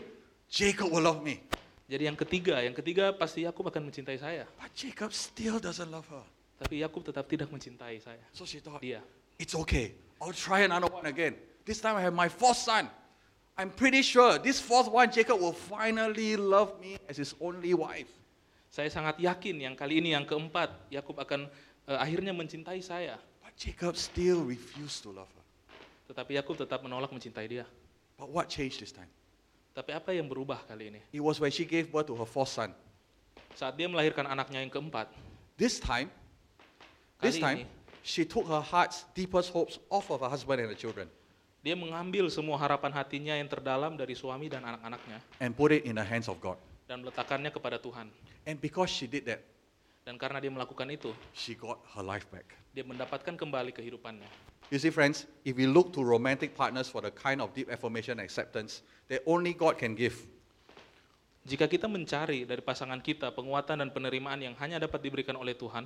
S1: Jacob will love me.
S2: Jadi yang ketiga, yang ketiga pasti Yakub akan mencintai saya.
S1: But Jacob still doesn't love her.
S2: Tapi Yakub tetap tidak mencintai saya.
S1: So she thought,
S2: Dia.
S1: It's okay. I'll try another one again. This time I have my fourth son. I'm pretty sure this fourth one, Jacob, will finally love me as his only wife.
S2: Saya sangat yakin yang kali ini yang keempat Yakub akan eh, akhirnya mencintai saya.
S1: But Jacob still refused to love her.
S2: Tetapi Yakub tetap menolak mencintai dia.
S1: But what changed this time?
S2: Tapi apa yang berubah kali ini?
S1: It was when she gave birth to her fourth son.
S2: Saat dia melahirkan anaknya yang keempat,
S1: This time, this
S2: Kali
S1: time,
S2: ini.
S1: she took her heart's deepest hopes off of her husband and the children
S2: dia mengambil semua harapan hatinya yang terdalam dari suami dan anak-anaknya
S1: and put it in the hands of God.
S2: dan meletakkannya kepada Tuhan.
S1: And because she did that,
S2: Dan karena dia melakukan itu,
S1: she got her life back.
S2: dia mendapatkan kembali kehidupannya.
S1: You see, friends, if we look to romantic partners for the kind of deep affirmation and acceptance that only God can give,
S2: Jika kita mencari dari pasangan kita penguatan dan penerimaan yang hanya dapat diberikan oleh Tuhan,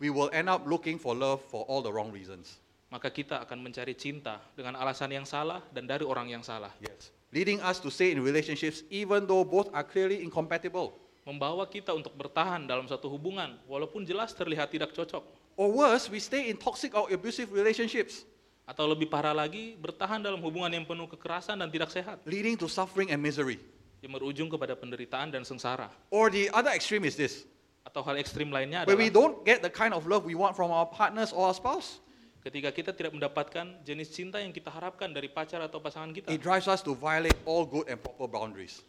S1: we will end up looking for love for all the wrong reasons.
S2: maka kita akan mencari cinta dengan alasan yang salah dan dari orang yang salah,
S1: Yes. Leading us to stay in relationships even though both are clearly incompatible.
S2: membawa kita untuk bertahan dalam satu hubungan walaupun jelas terlihat tidak cocok,
S1: Or worse, we stay in toxic or abusive relationships,
S2: atau lebih parah lagi bertahan dalam hubungan yang penuh kekerasan dan tidak sehat
S1: leading to suffering and misery.
S2: yang berujung kepada penderitaan dan sengsara.
S1: Or the other extreme is this
S2: Atau hal ekstrim lainnya
S1: where we
S2: adalah
S1: don't get the kind of love we want from our partners or our spouse.
S2: ketika kita tidak mendapatkan jenis cinta yang kita harapkan dari pacar atau pasangan kita.
S1: It drives us to violate all good and proper boundaries.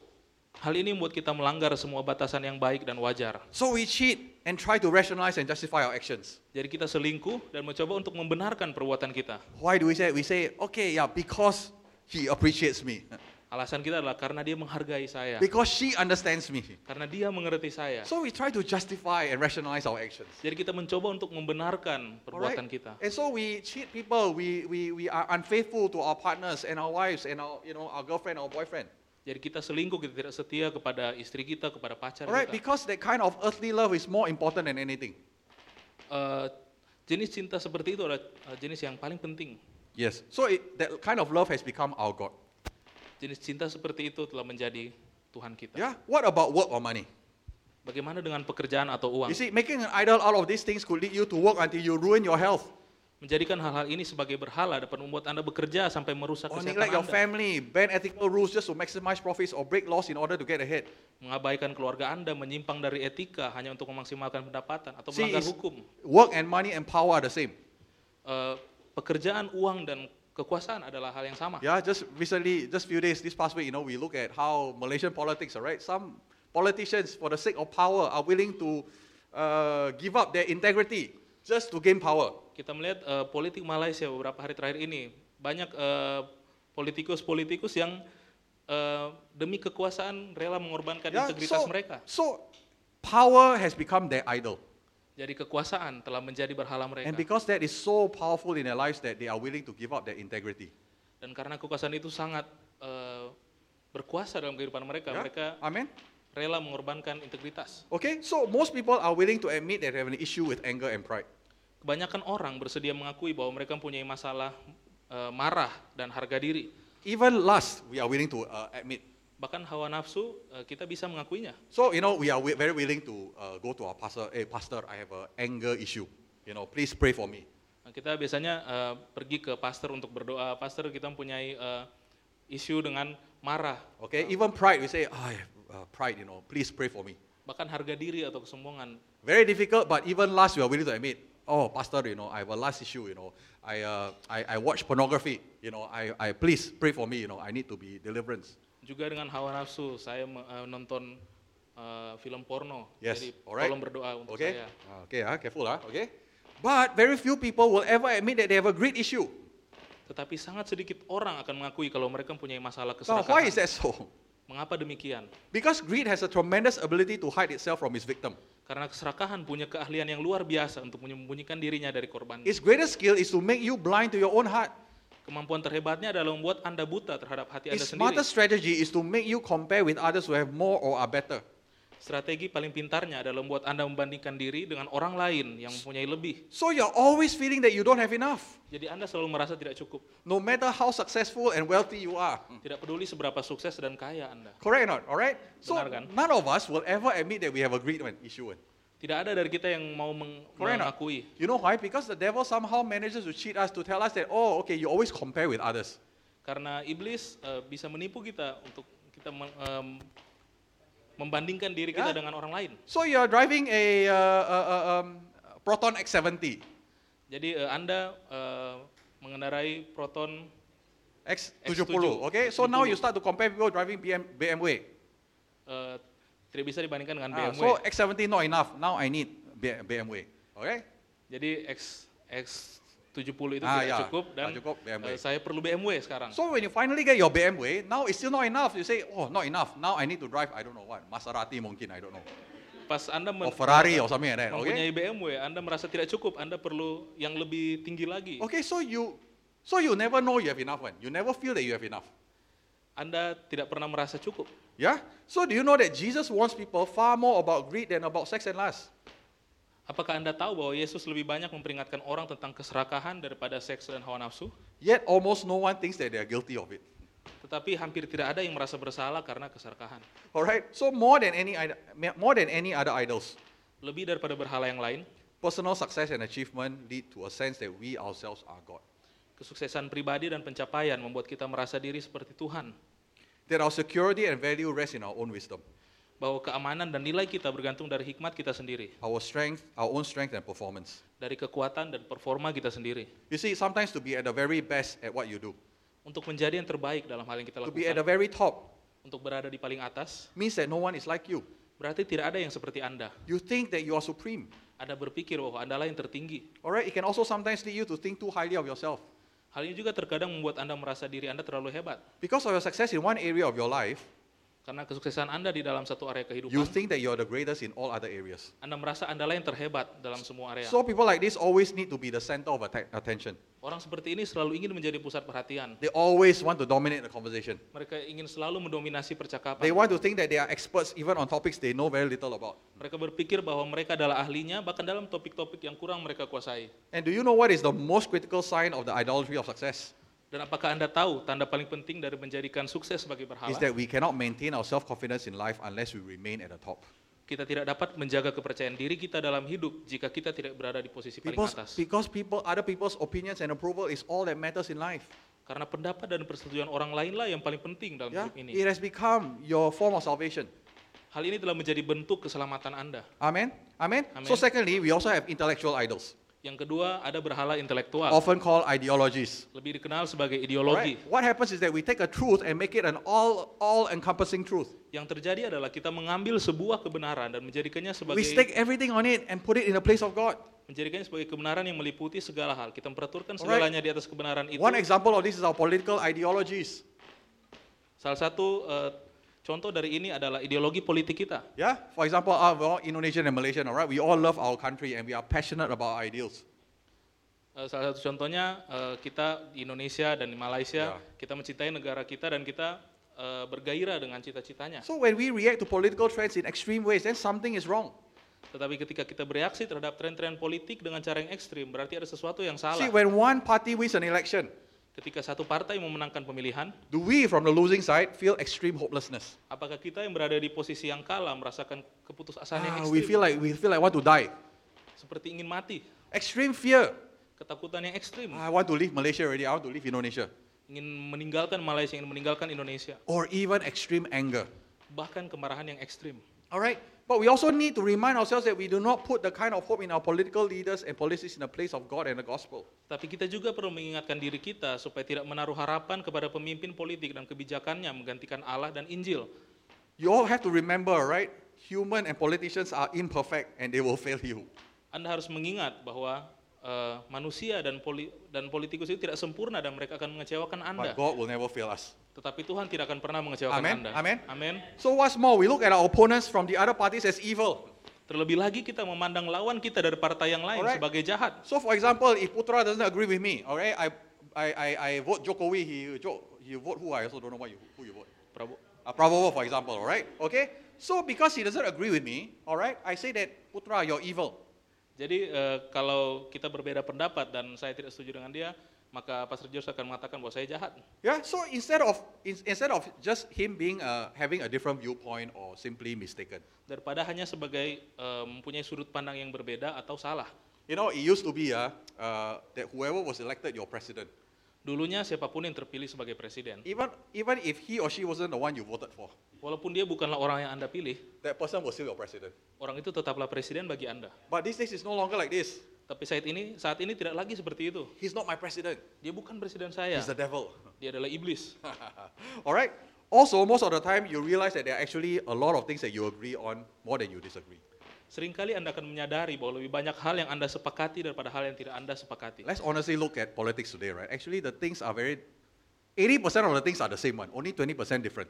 S2: Hal ini membuat kita melanggar semua batasan yang baik dan wajar.
S1: So we cheat and try to rationalize and justify our actions.
S2: Jadi kita selingkuh dan mencoba untuk membenarkan perbuatan kita.
S1: Why do we say it? We say, okay, yeah, because he appreciates me,
S2: Alasan kita adalah karena dia menghargai saya,
S1: because she understands me.
S2: karena dia mengerti saya.
S1: So we try to justify and rationalize our actions.
S2: Jadi kita mencoba untuk membenarkan
S1: Alright?
S2: perbuatan kita.
S1: And so we cheat people, we, we, we are unfaithful to our partners and our wives and our, you know, our girlfriend or boyfriend.
S2: Jadi kita selingkuh, kita tidak setia kepada istri kita, kepada pacar
S1: Alright,
S2: kita.
S1: because that kind of earthly love is more important than anything.
S2: Eh, jenis cinta seperti itu adalah eh, jenis yang paling penting.
S1: Yes. So it, that kind of love has become our God.
S2: Jenis cinta seperti itu telah menjadi Tuhan kita.
S1: Yeah? What about work or money?
S2: Bagaimana dengan pekerjaan atau uang?
S1: You see, making an idol out of these things could lead you to work until you ruin your health
S2: Menjadikan hal-hal ini sebagai berhala dapat membuat Anda bekerja sampai merusak
S1: or
S2: kesehatan
S1: neglect Oh, your
S2: Anda,
S1: family, bend ethical rules just to maximize profits or break laws in order to get ahead.
S2: mengabaikan keluarga Anda, menyimpang dari etika hanya untuk memaksimalkan pendapatan atau
S1: See,
S2: melanggar
S1: it's-
S2: hukum.
S1: Work and money and power are the same.
S2: Eh, pekerjaan, uang dan kekuasaan adalah hal yang sama.
S1: Yeah, just recently, just few days, this past week, you know, we look at how Malaysian politics, all right? Some politicians, for the sake of power, are willing to uh, give up their integrity just to gain power.
S2: Kita melihat eh, politik Malaysia beberapa hari terakhir ini banyak eh, politikus-politikus yang eh, demi kekuasaan rela mengorbankan
S1: Yeah,
S2: integritas
S1: Ya, so-
S2: mereka.
S1: So, power has become their idol.
S2: Jadi kekuasaan telah menjadi berhala mereka.
S1: And because that is so powerful in their lives that they are willing to give up their integrity.
S2: Dan karena kekuasaan itu sangat eh, berkuasa dalam kehidupan mereka,
S1: Yeah?
S2: mereka
S1: Amen?
S2: rela mengorbankan integritas.
S1: Okay, so most people are willing to admit that they have an issue with anger and pride.
S2: Kebanyakan orang bersedia mengakui bahwa mereka mempunyai masalah eh, marah dan harga diri.
S1: Even lust, we are willing to uh, admit.
S2: Bahkan hawa nafsu eh, kita bisa mengakuinya.
S1: So, you know, we are wi- very willing to uh, go to our pastor, hey, pastor, I have an anger issue. You know, please pray for me.
S2: Nah, Kita biasanya eh, pergi ke pastor untuk berdoa. Pastor kita mempunyai eh, isu dengan marah,
S1: Okay, even pride, we say, I have uh, pride, you know, please pray for me.
S2: bahkan harga diri atau kesombongan.
S1: Very difficult, but even lust, we are willing to admit. Oh, pastor, you know, I have a lust issue, you know. I, uh, I, I watch pornography, you know. I, I, please pray for me, you know. I need to be deliverance.
S2: Juga dengan hawa nafsu, saya me- eh, nonton eh, film porno.
S1: Yes,
S2: Jadi
S1: alright.
S2: tolong berdoa untuk
S1: Okay?
S2: saya.
S1: Ah, Okay, ah, careful, ah, okay? But very few people will ever admit that they have a greed issue.
S2: Tetapi sangat sedikit orang akan mengakui kalau mereka mempunyai masalah
S1: Now, why is
S2: keserakahan.
S1: that so?
S2: Mengapa demikian?
S1: Because greed has a tremendous ability to hide itself from its victim.
S2: Karena keserakahan punya keahlian yang luar biasa untuk menyembunyikan dirinya dari korban.
S1: Its greatest skill is to make you blind to your own heart.
S2: Kemampuan terhebatnya adalah membuat Anda buta terhadap hati Anda
S1: Its
S2: sendiri.
S1: smartest strategy is to make you compare with others who have more or are better.
S2: Strategi paling pintarnya adalah membuat Anda membandingkan diri dengan orang lain yang mempunyai lebih.
S1: So you're always feeling that you don't have enough,
S2: Jadi Anda selalu merasa tidak cukup,
S1: no matter how successful and wealthy you are.
S2: tidak peduli seberapa sukses dan kaya Anda.
S1: Correct or not? All right? So
S2: Benar kan?
S1: none of us will ever admit that we have a greed man- issue. eh?
S2: Tidak ada dari kita yang mau meng-
S1: Correct or not?
S2: mengakui.
S1: You know why? Because the devil somehow manages to cheat us to tell us that, oh, okay, you always compare with others.
S2: Karena iblis eh, bisa menipu kita untuk kita meng- em, membandingkan diri kita
S1: Ya.
S2: dengan orang lain.
S1: So you're driving a uh, uh, uh, um, Proton X70.
S2: Jadi eh, Anda eh, mengendarai Proton
S1: X70,
S2: X70,
S1: okay? So now you
S2: X70.
S1: start to compare people driving BM, BMW.
S2: eh, Tidak bisa dibandingkan dengan
S1: Ah,
S2: BMW.
S1: so X70 not enough. Now I need B- BMW. Okay?
S2: Jadi X X70 itu
S1: Ah,
S2: tidak
S1: ya.
S2: cukup dan
S1: Tidak cukup, BMW.
S2: eh, saya perlu BMW sekarang.
S1: So when you finally get your BMW, now it's still not enough. You say, oh, not enough. Now I need to drive, I don't know what, Maserati mungkin, I don't know.
S2: Pas Anda men-
S1: Or Oh, Ferrari ya, or something like that. Okay?
S2: mempunyai BMW, Anda merasa tidak cukup, Anda perlu yang lebih tinggi lagi.
S1: Okay, so you, so you never know you have enough one. You never feel that you have enough.
S2: Anda tidak pernah merasa cukup.
S1: Yeah? So do you know that Jesus warns people far more about greed than about sex and lust?
S2: Apakah Anda tahu bahwa Yesus lebih banyak memperingatkan orang tentang keserakahan daripada seks dan hawa nafsu?
S1: Yet almost no one thinks that they are guilty of it.
S2: Tetapi hampir tidak ada yang merasa bersalah karena keserakahan.
S1: All right? So more than any, id- more than any other idols,
S2: Lebih daripada berhala yang lain,
S1: personal success and achievement lead to a sense that we ourselves are God.
S2: kesuksesan pribadi dan pencapaian membuat kita merasa diri seperti Tuhan.
S1: That our security and value rest in our own wisdom,
S2: Bahwa keamanan dan nilai kita bergantung dari hikmat kita sendiri.
S1: our strength, our own strength and performance.
S2: dari kekuatan dan performa kita sendiri
S1: You see, sometimes to be at the very best at what you do,
S2: untuk menjadi yang terbaik dalam hal yang kita
S1: to be at the
S2: lakukan
S1: very top,
S2: untuk berada di paling atas
S1: means that no one is like you.
S2: berarti tidak ada yang seperti Anda
S1: You think that you are supreme.
S2: Anda berpikir bahwa Anda lah yang tertinggi
S1: All right, it can also sometimes lead you to think too highly of yourself.
S2: hal ini juga terkadang membuat Anda merasa diri Anda terlalu hebat
S1: Because of your success in one area of your life,
S2: karena kesuksesan Anda di dalam satu area
S1: you
S2: kehidupan
S1: think that you are the greatest in all other areas.
S2: Anda merasa Anda lah yang terhebat dalam semua area
S1: So people like this always need to be the center of atta- attention.
S2: orang seperti ini selalu ingin menjadi pusat perhatian
S1: They always want to dominate the conversation.
S2: mereka ingin selalu mendominasi
S1: They
S2: percakapan
S1: want to think that they are experts even on topics they know very little about.
S2: mereka berpikir bahwa mereka adalah ahlinya bahkan dalam topik-topik yang kurang mereka kuasai
S1: And do you know what is the most critical sign of the idolatry of success?
S2: dan apakah Anda tahu tanda paling penting dari menjadikan sukses sebagai berhala?
S1: Is that we cannot maintain our self-confidence in life unless we remain at the top.
S2: Kita tidak dapat menjaga kepercayaan diri kita dalam hidup jika kita tidak berada di posisi paling
S1: Because,
S2: atas.
S1: because people, other people's opinions and approval is all that matters in life.
S2: Karena pendapat dan persetujuan orang lainlah yang paling penting dalam
S1: Yeah?
S2: hidup ini.
S1: It has become your form of salvation.
S2: Hal ini telah menjadi bentuk keselamatan Anda.
S1: Amen? Amen?
S2: Amen.
S1: So secondly, we also have intellectual idols,
S2: Yang kedua, ada berhala intelektual,
S1: often called ideologies.
S2: lebih dikenal sebagai
S1: Alright?
S2: ideologi.
S1: What happens is that we take a truth and make it an all, all-encompassing truth.
S2: Yang terjadi adalah kita mengambil sebuah kebenaran dan
S1: We
S2: menjadikannya sebagai
S1: stake everything on it and put it in the place of God.
S2: menjadikannya sebagai kebenaran yang meliputi segala hal. Kita
S1: Alright.
S2: memperturkan segalanya di atas kebenaran itu.
S1: One example of this is our political ideologies.
S2: Salah satu eh, contoh dari ini adalah ideologi politik kita.
S1: Yeah, for example, uh, we're all Indonesian and Malaysian, all right? We all love our country and we are passionate about our ideals.
S2: Eh, salah satu contohnya eh, kita di Indonesia dan di
S1: Ya.
S2: Malaysia kita mencintai negara kita dan kita eh, bergairah dengan cita-citanya.
S1: So when we react to political trends in extreme ways, then something is wrong.
S2: Tetapi ketika kita bereaksi terhadap tren-tren politik dengan cara yang ekstrim berarti ada sesuatu yang salah.
S1: See, when one party wins an election,
S2: Ketika satu partai memenangkan pemilihan,
S1: do we from the losing side feel extreme hopelessness?
S2: apakah kita yang berada di posisi yang kalah merasakan keputusasaan yang
S1: Ah,
S2: ekstrim
S1: we feel like we feel like want to die.
S2: seperti ingin mati,
S1: Extreme fear.
S2: ketakutan yang ekstrim,
S1: I want to leave Malaysia already. I want to leave Indonesia.
S2: ingin meninggalkan Malaysia, ingin meninggalkan Indonesia,
S1: Or even extreme anger.
S2: bahkan kemarahan yang ekstrim.
S1: All right. But we also need to remind ourselves that we do not put the kind of hope in our political leaders and policies in the place of God and the gospel.
S2: Tapi kita juga perlu mengingatkan diri kita supaya tidak menaruh harapan kepada pemimpin politik dan kebijakannya menggantikan Allah dan Injil.
S1: You all have to remember, right? Human and politicians are imperfect and they will fail you.
S2: Anda harus mengingat bahwa eh, manusia dan poli- dan politikus itu tidak sempurna dan mereka akan mengecewakan
S1: But
S2: Anda.
S1: God will never fail us.
S2: Tetapi Tuhan tidak akan pernah mengecewakan
S1: Amen,
S2: Anda.
S1: amen.
S2: Amin.
S1: So, what's more, we look at our opponents from the other parties as evil.
S2: Terlebih lagi kita memandang lawan kita dari partai yang lain
S1: Alright.
S2: sebagai jahat.
S1: So, for example, if Putra doesn't agree with me, all right, I, I, I, I vote Jokowi, he, jo, he vote who? I also don't know what you, who you vote.
S2: Prabowo.
S1: Uh, Prabowo, for example, all right? Okay? So, because he doesn't agree with me, all right, I say that, Putra, you're evil.
S2: Jadi eh, kalau kita berbeda pendapat dan saya tidak setuju dengan dia, maka Pastor George akan mengatakan bahwa saya jahat.
S1: Yeah, so instead of, in, instead of just him being, uh, having a different viewpoint or simply mistaken,
S2: daripada hanya sebagai eh, mempunyai sudut pandang yang berbeda atau salah.
S1: You know, it used to be uh, uh, that whoever was elected your president,
S2: Dulunya siapapun yang terpilih sebagai presiden,
S1: even, even if he or she wasn't the one you voted for,
S2: walaupun dia bukanlah orang yang Anda pilih,
S1: that person was still your president.
S2: orang itu tetaplah presiden bagi Anda.
S1: But these days, it's no longer like this.
S2: Tapi saat ini, saat ini tidak lagi seperti itu.
S1: He's not my president.
S2: Dia bukan presiden saya,
S1: He's the devil.
S2: dia adalah iblis.
S1: All right? Also, most of the time, you realize that there are actually a lot of things that you agree on more than you disagree.
S2: Seringkali Anda akan menyadari bahwa lebih banyak hal yang Anda sepakati daripada hal yang tidak Anda sepakati.
S1: Let's honestly look at politics today, right? Actually, the things are very 80% of the things are the same one, only 20% different.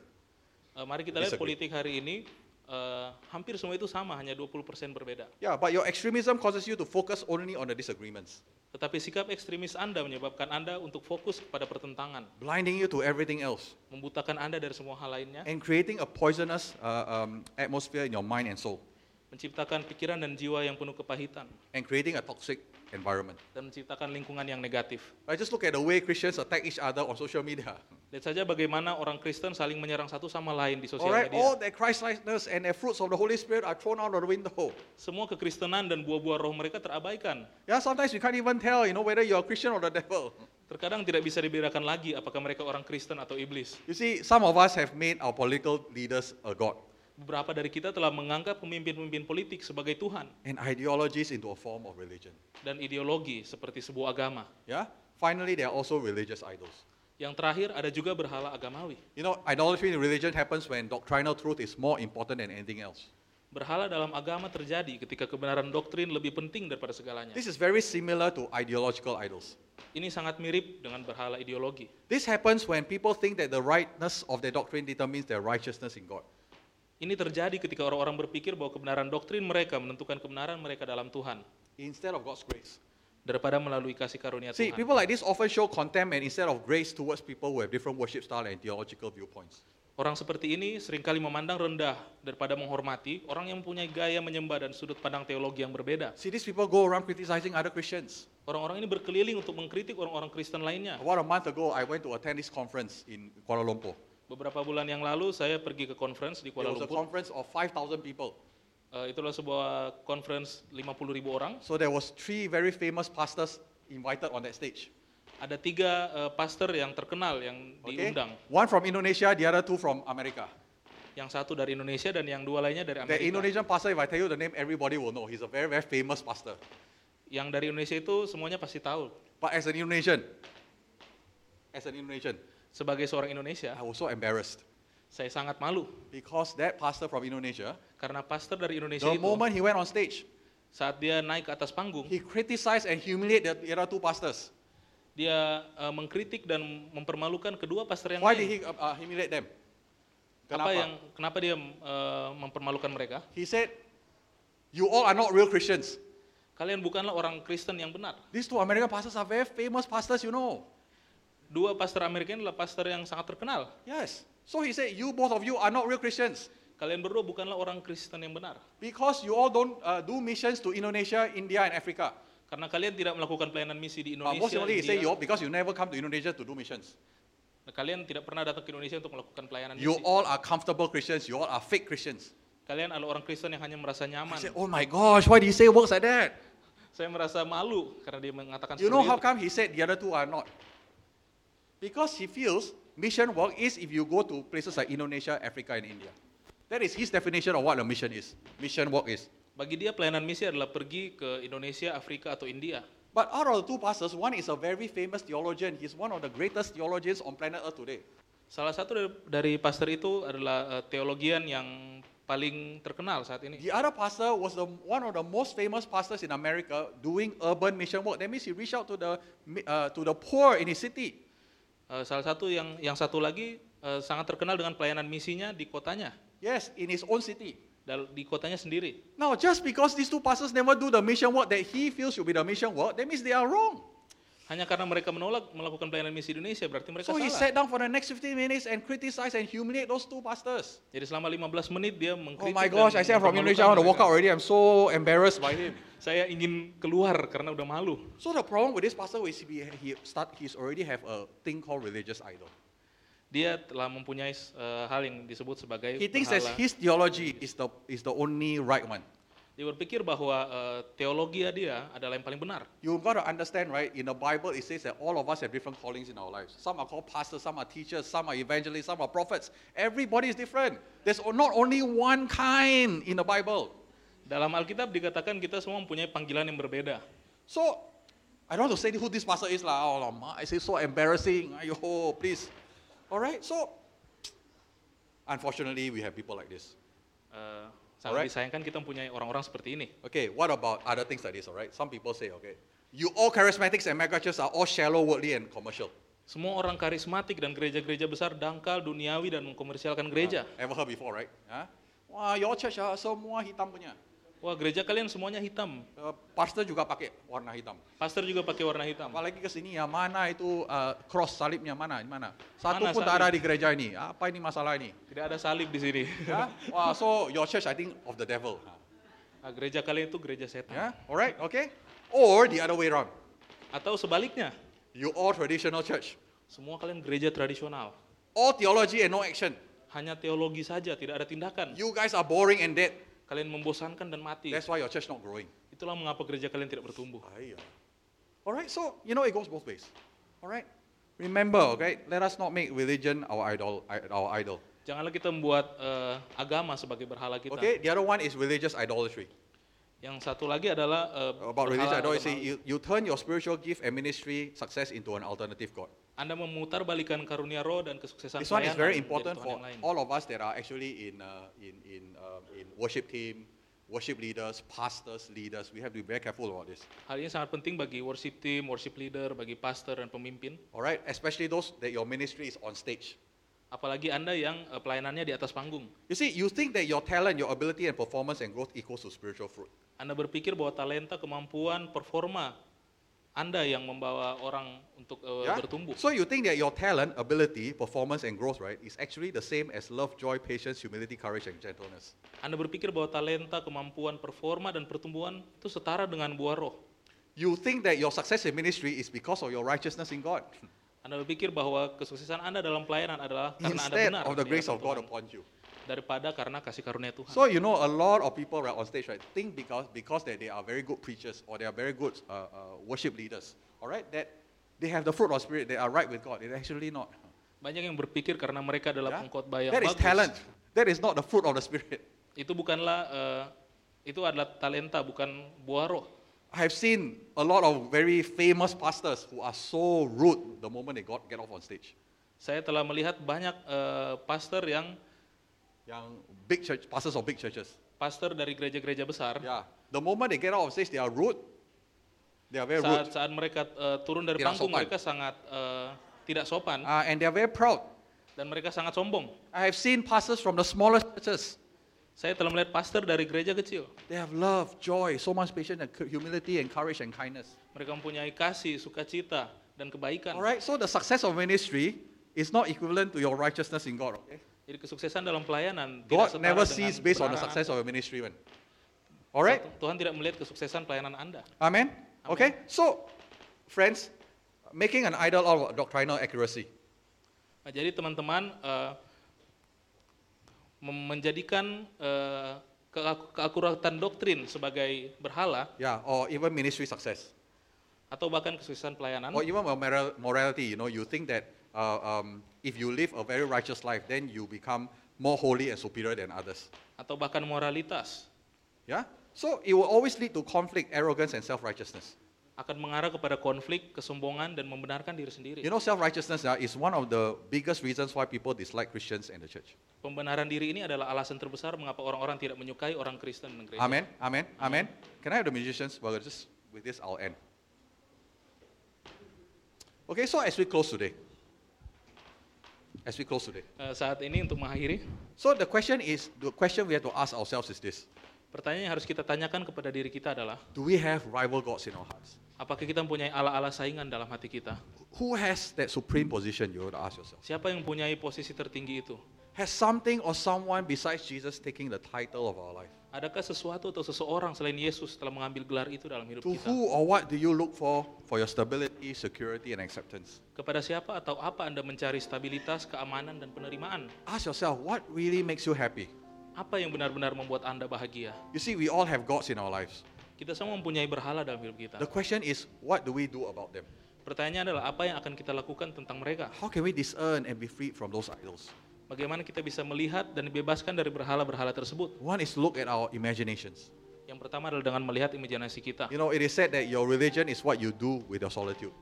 S2: Eh, mari kita lihat
S1: Disagree.
S2: politik hari ini eh, hampir semua itu sama, hanya 20% berbeda.
S1: Yeah, but your extremism causes you to focus only on the disagreements,
S2: Tetapi sikap ekstremis Anda menyebabkan Anda untuk fokus kepada pertentangan,
S1: blinding you to everything else,
S2: membutakan Anda dari semua hal lainnya,
S1: and creating a poisonous uh, um, atmosphere in your mind and soul,
S2: menciptakan pikiran dan jiwa yang penuh kepahitan,
S1: and creating a toxic environment.
S2: dan menciptakan lingkungan yang negatif.
S1: I just look at the way Christians attack each other on social media.
S2: Lihat saja bagaimana orang Kristen saling menyerang satu sama lain di
S1: All
S2: sosial
S1: right, all
S2: media.
S1: their Christ-likeness and their fruits of the Holy Spirit are thrown out of the window.
S2: Semua kekristenan dan buah-buah roh mereka terabaikan.
S1: Yeah, sometimes you can't even tell, you know, whether you're a Christian or the devil.
S2: Terkadang tidak bisa dibedakan lagi apakah mereka orang Kristen atau iblis.
S1: You see, some of us have made our political leaders a god
S2: Beberapa dari kita telah menganggap pemimpin-pemimpin politik sebagai Tuhan
S1: and ideologies into a form of religion.
S2: dan ideologi seperti sebuah agama.
S1: Yeah? Finally, they are also religious idols.
S2: Yang terakhir ada juga berhala agamawi.
S1: You know, idolatry in religion happens when doctrinal truth is more important than anything else.
S2: Berhala dalam agama terjadi ketika kebenaran doktrin lebih penting daripada segalanya.
S1: This is very similar to ideological idols.
S2: Ini sangat mirip dengan berhala ideologi.
S1: This happens when people think that the rightness of their doctrine determines their righteousness in God.
S2: Ini terjadi ketika orang-orang berpikir bahwa kebenaran doktrin mereka menentukan kebenaran mereka dalam Tuhan
S1: Instead of God's grace.
S2: daripada melalui kasih karunia
S1: See,
S2: Tuhan.
S1: people like this often show contempt and instead of grace towards people who have different worship style and theological viewpoints.
S2: Orang seperti ini seringkali memandang rendah daripada menghormati orang yang mempunyai gaya menyembah dan sudut pandang teologi yang berbeda.
S1: See, these people go around criticizing other Christians.
S2: Orang-orang ini berkeliling untuk mengkritik orang-orang Kristen lainnya.
S1: About a month ago, I went to attend this conference in Kuala Lumpur.
S2: Beberapa bulan yang lalu saya pergi ke conference di
S1: It
S2: Kuala
S1: was a
S2: Lumpur.
S1: conference of 5,000 people.
S2: Eh, itulah sebuah conference 50.000 orang.
S1: So there was three very famous pastors invited on that stage.
S2: Ada tiga eh, pastor yang terkenal yang
S1: Okay?
S2: diundang.
S1: One from Indonesia, the other two from America.
S2: Yang satu dari Indonesia dan yang dua lainnya
S1: The
S2: dari Amerika.
S1: Indonesian pastor, if I tell you the name, everybody will know. He's a very, very famous pastor.
S2: Yang dari Indonesia itu semuanya pasti tahu.
S1: But as an Indonesian, as an Indonesian,
S2: Sebagai seorang Indonesia,
S1: I was so embarrassed
S2: saya sangat malu
S1: because that pastor from Indonesia,
S2: karena pastor dari Indonesia
S1: the
S2: itu
S1: moment he went on stage,
S2: saat dia naik ke atas panggung,
S1: he criticized and humiliated the other two pastors.
S2: dia eh, mengkritik dan mempermalukan kedua pastor yang
S1: Why did he
S2: lain.
S1: uh, uh, humiliate them?
S2: Apa
S1: Kenapa?
S2: yang kenapa dia eh, mempermalukan mereka?
S1: He said, You all are not real Christians.
S2: Kalian bukanlah orang Kristen yang benar.
S1: These two American pastors are very famous pastors, you know.
S2: Dua pastor Amerika ini adalah pastor yang sangat terkenal.
S1: Yes. So he said, You both of you are not real Christians
S2: Kalian berdua bukanlah orang Kristen yang benar
S1: because you all don't uh, do missions to Indonesia, India, and Africa.
S2: karena kalian tidak melakukan pelayanan misi di
S1: But most
S2: Indonesia.
S1: importantly, he
S2: India.
S1: said, You all, because you never come to Indonesia to do missions.
S2: Nah, kalian tidak pernah datang ke Indonesia untuk melakukan pelayanan
S1: You
S2: misi.
S1: all are comfortable Christians. You all are fake Christians.
S2: Kalian adalah orang Kristen yang hanya merasa
S1: I
S2: nyaman.
S1: said, Oh my gosh, why do you say words like that?
S2: Saya merasa malu karena dia mengatakan
S1: You know how
S2: seperti itu.
S1: come he said the other two are not? Because he feels mission work is if you go to places like Indonesia, Africa, and India. That is his definition of what a mission is. Mission work is.
S2: Bagi dia pelayanan misi adalah pergi ke Indonesia, Afrika atau India.
S1: But out of the two pastors, one is a very famous theologian. He's one of the greatest theologians on planet Earth today.
S2: Salah satu dari, dari pastor itu adalah eh, teologian yang paling terkenal saat ini.
S1: The other pastor was the, one of the most famous pastors in America doing urban mission work. That means he reached out to the, mi- uh, to the poor in his city.
S2: Eh, salah satu yang yang satu lagi eh, sangat terkenal dengan pelayanan misinya di kotanya,
S1: Yes, in his own city.
S2: dal- di kotanya sendiri.
S1: Now, just because these two pastors never do the mission work that he feels should be the mission work, that means they are wrong.
S2: Hanya karena mereka menolak melakukan pelayanan misi di Indonesia berarti mereka
S1: So he
S2: salah.
S1: sat down for the next 15 minutes and criticized and humiliate those two pastors.
S2: Jadi selama 15 menit dia
S1: Oh
S2: mengkritik
S1: my gosh, I
S2: dan
S1: said I'm from
S2: mempermalukan
S1: Indonesia, I want to walk
S2: mereka.
S1: out already. I'm so embarrassed by him.
S2: Saya ingin keluar karena udah malu.
S1: So the problem with this pastor is he, he start, he's already have a thing called religious idol.
S2: Dia telah mempunyai eh, hal yang disebut sebagai
S1: He thinks that
S2: berhala.
S1: his theology is the, is the only right one.
S2: Dia berpikir bahwa eh, teologi dia adalah yang paling benar.
S1: You've got to understand, right? In the Bible, it says that all of us have different callings in our lives. Some are called pastors, some are teachers, some are evangelists, some are prophets. Everybody is different. There's o- not only one kind in the Bible.
S2: Dalam Alkitab dikatakan kita semua mempunyai panggilan yang berbeda.
S1: So, I don't want to say who this pastor is. Lah. Oh, lama, I say so embarrassing. Ayo, please. All right? So, Unfortunately, we have people like this.
S2: Eh, sangat
S1: Alright.
S2: disayangkan kita mempunyai orang-orang seperti ini.
S1: Okay, what about other things like this, all right? Some people say, okay, you all charismatics and megachurches are all shallow, worldly, and commercial.
S2: Semua orang karismatik dan gereja-gereja besar dangkal, duniawi, dan mengkomersialkan gereja.
S1: Ever heard before, right? Huh? Wah, your church ah, semua hitam punya.
S2: Wah, gereja kalian semuanya hitam.
S1: Uh, pastor juga pakai warna hitam.
S2: Pastor juga pakai warna hitam.
S1: Apalagi ke sini ya, mana itu uh, cross salibnya, mana, mana? Satu
S2: Mana
S1: pun tak ada
S2: salib?
S1: di gereja ini. Apa ini masalah ini?
S2: Tidak ada salib di sini.
S1: Ya? Wah, so your church I think of the devil.
S2: Nah, gereja kalian itu gereja setan.
S1: Yeah? Alright, okay? Or the other way around.
S2: Atau sebaliknya,
S1: You all traditional church.
S2: semua kalian gereja tradisional.
S1: All theology and no action.
S2: Hanya teologi saja, tidak ada tindakan.
S1: You guys are boring and dead.
S2: Kalian membosankan dan mati.
S1: That's why your church not growing.
S2: Itulah mengapa gereja kalian tidak bertumbuh.
S1: Aiya. All right, so you know it goes both ways. All right? Remember, okay? Let us not make religion our idol. i- Our idol.
S2: Janganlah kita membuat eh, agama sebagai berhala kita.
S1: Okay? The other one is religious idolatry.
S2: Yang satu lagi adalah eh,
S1: Oh, About religious
S2: berhala
S1: idolatry,
S2: agama.
S1: you, you turn your spiritual gift and ministry success into an alternative god.
S2: Anda memutar balikan karunia roh dan kesuksesan
S1: This one is
S2: pelayanan
S1: very
S2: menjadi
S1: important
S2: Tuhan
S1: for
S2: yang lain.
S1: all of us that are actually in, uh, in, in, um, in worship team, worship leaders, pastors, leaders. We have to be very careful about this.
S2: Hal ini sangat penting bagi worship team, worship leader, bagi pastor dan pemimpin,
S1: All right, especially those that your ministry is on stage.
S2: apalagi Anda yang eh, pelayanannya di atas panggung.
S1: You see, you think that your talent, your ability, and performance and growth equals to spiritual fruit.
S2: Anda berpikir bahwa talenta, kemampuan, performa Anda yang membawa orang untuk eh,
S1: Yeah?
S2: bertumbuh.
S1: So you think that your talent, ability, performance, and growth, right, is actually the same as love, joy, patience, humility, courage, and gentleness.
S2: Anda berpikir bahwa talenta, kemampuan, performa dan pertumbuhan itu setara dengan buah roh.
S1: You think that your success in ministry is because of your righteousness in God,
S2: Anda berpikir bahwa kesuksesan Anda dalam pelayanan adalah karena Anda
S1: instead
S2: benar
S1: of the
S2: di
S1: grace
S2: hadapan
S1: of God
S2: Tuhan,
S1: upon you.
S2: daripada karena kasih karunia Tuhan.
S1: So you know, a lot of people right on stage, right, think because because that they are very good preachers or they are very good uh, uh, worship leaders, all right, that they have the fruit of spirit, they are right with God. It's actually not.
S2: Banyak yang berpikir karena mereka adalah
S1: Yeah?
S2: pengkhotbah yang
S1: That Ya. is
S2: bagus.
S1: talent. That is not the fruit of the spirit.
S2: Itu bukanlah eh, itu adalah talenta, bukan buah roh.
S1: I have seen a lot of very famous pastors who are so rude the moment they got get off on stage.
S2: Saya telah melihat banyak eh, pastor yang
S1: Yang big church pastors of big churches.
S2: pastor dari gereja-gereja besar
S1: Yeah. The moment they get off on stage, they are rude. They are very
S2: saat
S1: rude.
S2: saat mereka eh, turun dari
S1: Tidak
S2: panggung
S1: sopan.
S2: mereka sangat eh, tidak sopan
S1: Uh, and they are very proud.
S2: dan mereka sangat sombong.
S1: I have seen pastors from the smallest churches.
S2: Saya telah melihat pastor dari gereja kecil.
S1: They have love, joy, so much patience, and cu- humility, and courage, and kindness.
S2: Mereka mempunyai kasih, sukacita dan kebaikan.
S1: All right. So the success of ministry is not equivalent to your righteousness in God. Okay?
S2: Jadi kesuksesan dalam pelayanan tidak
S1: God
S2: setara
S1: never
S2: dengan
S1: sees based on the
S2: kebenaran
S1: success of your ministry. Man. All
S2: Anda.
S1: right.
S2: Tuhan tidak melihat kesuksesan pelayanan Anda.
S1: Amen? Okay? So, friends, making an idol out of doctrinal accuracy.
S2: Nah, jadi teman-teman eh, mem- menjadikan eh, keak- keakuratan doktrin sebagai berhala
S1: Yeah, or even ministry success.
S2: atau bahkan kesuksesan pelayanan
S1: Or even mor- moral- morality, you know, you think that uh, um, if you live a very righteous life, then you become more holy and superior than others.
S2: atau bahkan moralitas
S1: Yeah? So, it will always lead to conflict, arrogance, and self righteousness.
S2: akan mengarah kepada konflik, kesombongan dan membenarkan diri sendiri.
S1: You know, self righteousness is one of the biggest reasons why people dislike Christians and the church.
S2: Pembenaran diri ini adalah alasan terbesar mengapa orang-orang tidak menyukai orang Kristen dan gereja.
S1: Amen? Amen? Amen? Can I have the musicians? Well, just with this, I'll end. Okay, so as we close today, as we close today,
S2: Eh, saat ini untuk mengakhiri,
S1: so the question is the question we have to ask ourselves is this
S2: pertanyaan yang harus kita tanyakan kepada diri kita adalah
S1: Do we have rival gods in our hearts?
S2: apakah kita mempunyai ala-ala saingan dalam hati kita?
S1: Who has that supreme position? You have to ask yourself.
S2: Siapa yang mempunyai posisi tertinggi itu?
S1: Has something or someone besides Jesus taking the title of our life?
S2: Adakah sesuatu atau seseorang selain Yesus telah mengambil gelar itu dalam hidup
S1: To
S2: kita?
S1: who or what do you look for for your stability, security, and acceptance?
S2: Kepada siapa atau apa Anda mencari stabilitas, keamanan, dan penerimaan?
S1: Ask yourself what really makes you happy.
S2: Apa yang benar-benar membuat Anda bahagia?
S1: You see, we all have gods in our lives.
S2: Kita semua mempunyai berhala dalam hidup kita.
S1: The question is, what do we do about them?
S2: Pertanyaannya adalah apa yang akan kita lakukan tentang mereka?
S1: How can we discern and be freed from those idols?
S2: Bagaimana kita bisa melihat dan dibebaskan dari berhala-berhala tersebut?
S1: One is look at our imaginations.
S2: Yang pertama adalah dengan melihat imajinasi kita.
S1: You know, it is said that your religion is what you do with your solitude.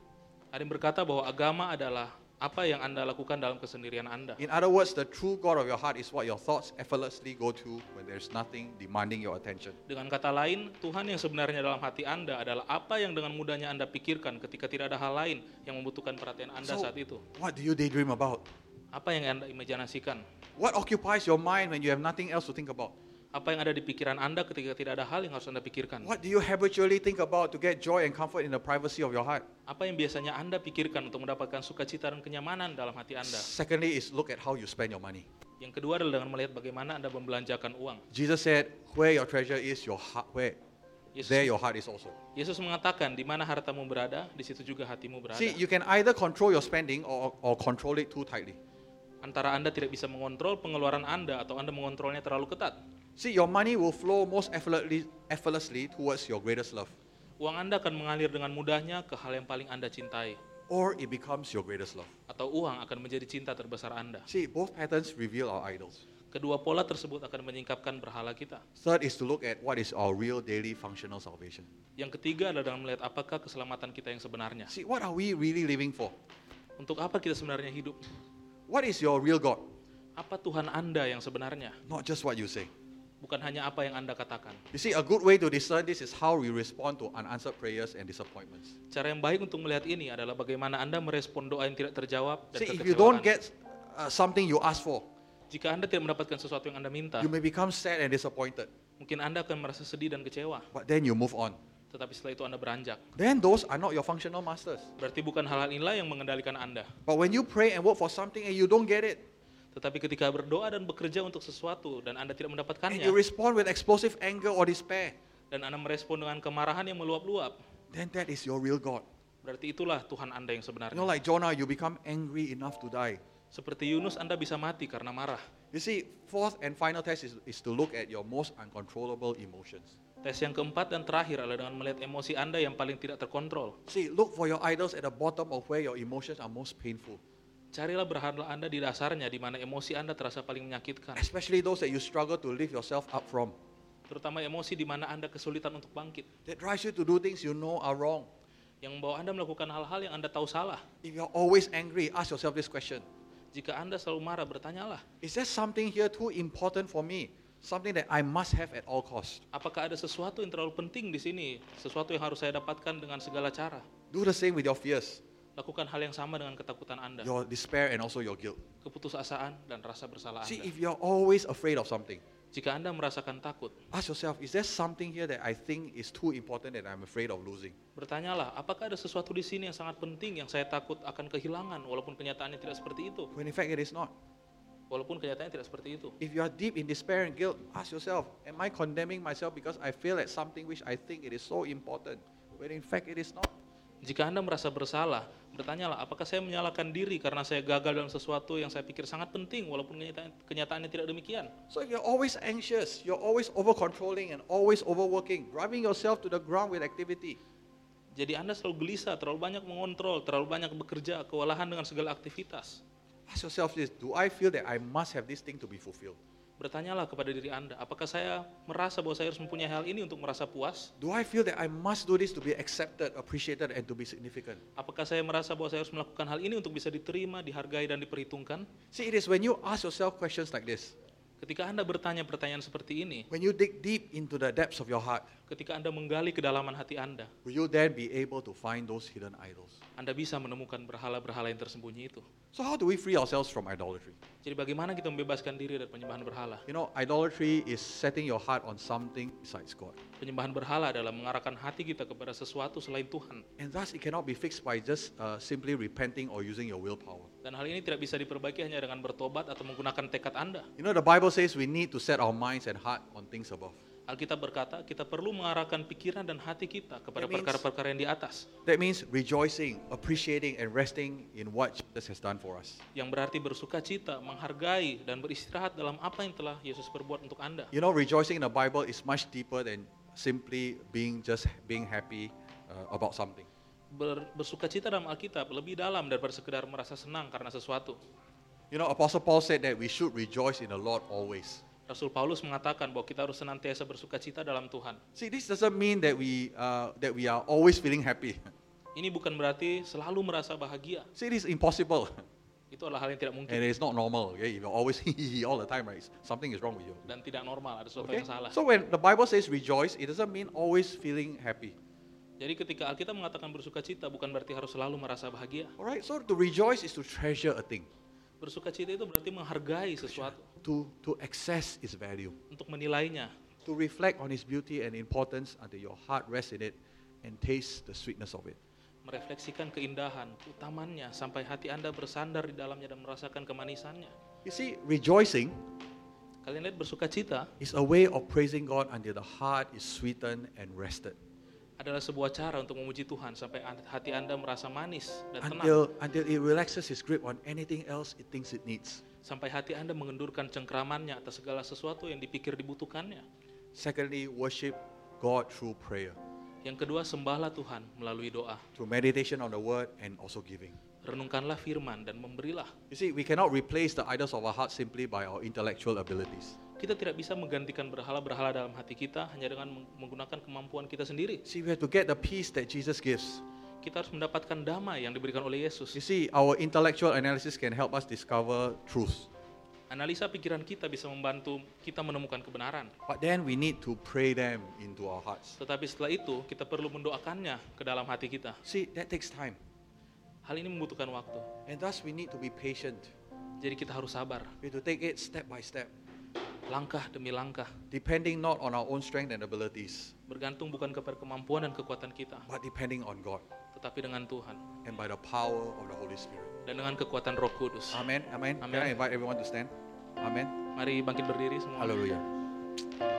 S2: Ada yang berkata bahwa agama adalah apa yang Anda lakukan dalam kesendirian Anda.
S1: In other words, the true God of your heart is what your thoughts effortlessly go to when there's nothing demanding your attention.
S2: Dengan kata lain, Tuhan yang sebenarnya dalam hati Anda adalah apa yang dengan mudahnya Anda pikirkan ketika tidak ada hal lain yang membutuhkan perhatian Anda
S1: So,
S2: saat itu.
S1: what do you daydream about?
S2: Apa yang Anda imajinasikan?
S1: What occupies your mind when you have nothing else to think about?
S2: Apa yang ada di pikiran Anda ketika tidak ada hal yang harus Anda pikirkan?
S1: What do you habitually think about to get joy and comfort in the privacy of your heart?
S2: Apa yang biasanya Anda pikirkan untuk mendapatkan sukacita dan kenyamanan dalam hati Anda?
S1: Secondly, is look at how you spend your money.
S2: Yang kedua adalah dengan melihat bagaimana Anda membelanjakan uang.
S1: Jesus said, "Where your treasure is, your heart where there
S2: Yesus,
S1: your heart is also."
S2: Yesus mengatakan, di mana hartamu berada, di situ juga hatimu berada.
S1: See, you can either control your spending or, or control it too tightly.
S2: Antara Anda tidak bisa mengontrol pengeluaran Anda atau Anda mengontrolnya terlalu ketat.
S1: See, your money will flow most effortlessly, effortlessly towards your greatest love,
S2: Uang Anda akan mengalir dengan mudahnya ke hal yang paling Anda cintai.
S1: or it becomes your greatest love.
S2: Atau uang akan menjadi cinta terbesar Anda.
S1: See, both patterns reveal our idols.
S2: Kedua pola tersebut akan menyingkapkan berhala kita.
S1: Third is to look at what is our real daily functional salvation.
S2: Yang ketiga adalah dengan melihat apakah keselamatan kita yang sebenarnya.
S1: See, what are we really living for?
S2: Untuk apa kita sebenarnya hidup?
S1: What is your real God?
S2: Apa Tuhan Anda yang sebenarnya?
S1: Not just what you say.
S2: Bukan hanya apa yang Anda katakan.
S1: You see, a good way to discern this is how we respond to unanswered prayers and disappointments.
S2: Cara yang baik untuk melihat ini adalah bagaimana Anda merespon doa yang tidak terjawab dan
S1: See, if you don't
S2: kekecewaan.
S1: get uh, something you ask for,
S2: Jika Anda tidak mendapatkan sesuatu yang Anda minta,
S1: you may become sad and disappointed,
S2: mungkin Anda akan merasa sedih dan kecewa.
S1: but then you move on.
S2: Tetapi setelah itu Anda beranjak.
S1: Then those are not your functional masters.
S2: Berarti bukan hal-hal inilah yang mengendalikan Anda.
S1: But when you pray and work for something and you don't get it,
S2: Tetapi ketika berdoa dan bekerja untuk sesuatu dan Anda tidak
S1: and you
S2: mendapatkannya,
S1: respond with explosive anger or despair,
S2: dan Anda merespon dengan kemarahan yang meluap-luap,
S1: then that is your real God.
S2: berarti itulah Tuhan Anda yang
S1: You know,
S2: sebenarnya.
S1: like Jonah, you become angry enough to die.
S2: Seperti Yunus, Anda bisa mati karena marah.
S1: You see, fourth and final test is, is to look at your most uncontrollable emotions.
S2: Tes yang keempat dan terakhir adalah dengan melihat emosi Anda yang paling tidak terkontrol.
S1: See, look for your idols at the bottom of where your emotions are most painful,
S2: Carilah berhala Anda di dasarnya, di mana emosi Anda terasa paling menyakitkan.
S1: especially those that you struggle to lift yourself up from.
S2: Terutama emosi di mana Anda kesulitan untuk bangkit.
S1: That drives you to do things you know are wrong.
S2: Yang membawa Anda melakukan hal-hal yang Anda tahu salah.
S1: If you're always angry, ask yourself this question
S2: Jika Anda selalu marah, bertanyalah.
S1: Is there something here too important for me? Something that I must have at all costs?
S2: Apakah ada sesuatu yang terlalu penting di sini? Sesuatu yang harus saya dapatkan dengan segala cara.
S1: Do the same with your fears,
S2: Lakukan hal yang sama dengan ketakutan Anda,
S1: your despair, and also your guilt.
S2: keputusasaan dan rasa bersalah
S1: See,
S2: Anda.
S1: if you're always afraid of something,
S2: Jika Anda merasakan takut,
S1: ask yourself Is there something here that I think is too important that I'm afraid of losing?
S2: bertanyalah, apakah ada sesuatu di sini yang sangat penting yang saya takut akan kehilangan walaupun kenyataannya tidak seperti itu?
S1: When in fact, it is not.
S2: Walaupun kenyataannya tidak seperti itu.
S1: If you are deep in despair and guilt, ask yourself Am I condemning myself because I fail at something which I think it is so important? When in fact, it is not.
S2: Jika Anda merasa bersalah, bertanyalah, apakah saya menyalahkan diri karena saya gagal dalam sesuatu yang saya pikir sangat penting walaupun kenyataan- kenyataannya tidak demikian?
S1: So if you're always anxious, you're always over controlling and always overworking, driving yourself to the ground with activity,
S2: Jadi Anda selalu gelisah, terlalu banyak mengontrol, terlalu banyak bekerja, kewalahan dengan segala aktivitas.
S1: ask yourself this Do I feel that I must have this thing to be fulfilled?
S2: Bertanyalah kepada diri Anda, apakah saya merasa bahwa saya harus mempunyai hal ini untuk merasa puas?
S1: Do I feel that I must do this to be accepted, appreciated, and to be significant?
S2: Apakah saya merasa bahwa saya harus melakukan hal ini untuk bisa diterima, dihargai, dan diperhitungkan?
S1: See, it is when you ask yourself questions like this,
S2: Ketika Anda bertanya pertanyaan seperti ini,
S1: when you dig deep into the depths of your heart,
S2: ketika Anda menggali kedalaman hati Anda,
S1: will you then be able to find those hidden idols?
S2: Anda bisa menemukan berhala-berhala yang tersembunyi itu.
S1: So, how do we free ourselves from idolatry?
S2: Jadi bagaimana kita membebaskan diri dari penyembahan berhala?
S1: You know, idolatry is setting your heart on something besides God.
S2: Penyembahan berhala adalah mengarahkan hati kita kepada sesuatu selain Tuhan.
S1: And thus, it cannot be fixed by just uh, simply repenting or using your willpower.
S2: Dan hal ini tidak bisa diperbaiki hanya dengan bertobat atau menggunakan tekad Anda.
S1: You know, the Bible says we need to set our minds and heart on things above.
S2: Alkitab berkata, kita perlu mengarahkan pikiran dan hati kita kepada
S1: That means-
S2: perkara-perkara yang di atas,
S1: That means rejoicing, appreciating, and resting in what Jesus has done for us.
S2: yang berarti bersuka cita, menghargai, dan beristirahat dalam apa yang telah Yesus perbuat untuk Anda.
S1: You know, rejoicing in the Bible is much deeper than simply being just being happy uh, about something.
S2: Ber- bersuka cita dalam Alkitab lebih dalam daripada sekedar merasa senang karena sesuatu.
S1: You know, Apostle Paul said that we should rejoice in the Lord always.
S2: Rasul Paulus mengatakan bahwa kita harus senantiasa bersuka cita dalam Tuhan.
S1: See, this doesn't mean that we uh, that we are always feeling happy.
S2: Ini bukan berarti selalu merasa bahagia.
S1: See, it is impossible.
S2: Itu adalah hal yang tidak mungkin
S1: And it's not normal. Okay? If you're always hee hee hee all the time, right? it's- Something is wrong with you.
S2: dan tidak normal, ada sesuatu
S1: Okay?
S2: yang salah.
S1: So when the Bible says rejoice, it doesn't mean always feeling happy.
S2: Jadi ketika Alkitab mengatakan bersukacita bukan berarti harus selalu merasa bahagia.
S1: All right. So to rejoice is to treasure a thing,
S2: Bersukacita itu berarti menghargai sesuatu
S1: to to access its value,
S2: untuk menilainya,
S1: to reflect on its beauty and importance until your heart rests in it and tastes the sweetness of it.
S2: merefleksikan keindahan, keutamannya sampai hati Anda bersandar di dalamnya dan merasakan kemanisannya.
S1: You see, rejoicing
S2: Kalian lihat bersukacita
S1: is a way of praising God until the heart is sweetened and rested.
S2: adalah sebuah cara untuk memuji Tuhan sampai an- hati Anda merasa manis dan tenang,
S1: Until until it relaxes its grip on anything else it thinks it needs.
S2: sampai hati Anda mengendurkan cengkramannya atas segala sesuatu yang dipikir dibutuhkannya.
S1: Secondly, worship God through prayer,
S2: Yang kedua, sembahlah Tuhan melalui doa.
S1: through meditation on the word and also giving.
S2: Renungkanlah firman dan memberilah.
S1: You see, we cannot replace the idols of our heart simply by our intellectual abilities.
S2: Kita tidak bisa menggantikan berhala-berhala dalam hati kita hanya dengan meng- menggunakan kemampuan kita sendiri.
S1: See, we have to get the peace that Jesus gives.
S2: Kita harus mendapatkan damai yang diberikan oleh Yesus.
S1: You see, our intellectual analysis can help us discover truths.
S2: Analisa pikiran kita bisa membantu kita menemukan kebenaran.
S1: But then we need to pray them into our hearts.
S2: Tetapi setelah itu, kita perlu mendoakannya ke dalam hati kita.
S1: See, that takes time.
S2: Hal ini membutuhkan waktu.
S1: And thus we need to be patient.
S2: Jadi kita harus sabar,
S1: We have to take it step by step,
S2: langkah demi langkah,
S1: depending not on our own strength and abilities,
S2: bergantung bukan kepada kemampuan dan kekuatan kita,
S1: but depending on God
S2: tetapi dengan Tuhan
S1: and by the power of the Holy Spirit.
S2: dan dengan kekuatan Roh Kudus.
S1: Amen. Amen. Can
S2: Amen.
S1: I invite everyone to stand? Amen.
S2: Mari bangkit berdiri semua.
S1: Hallelujah.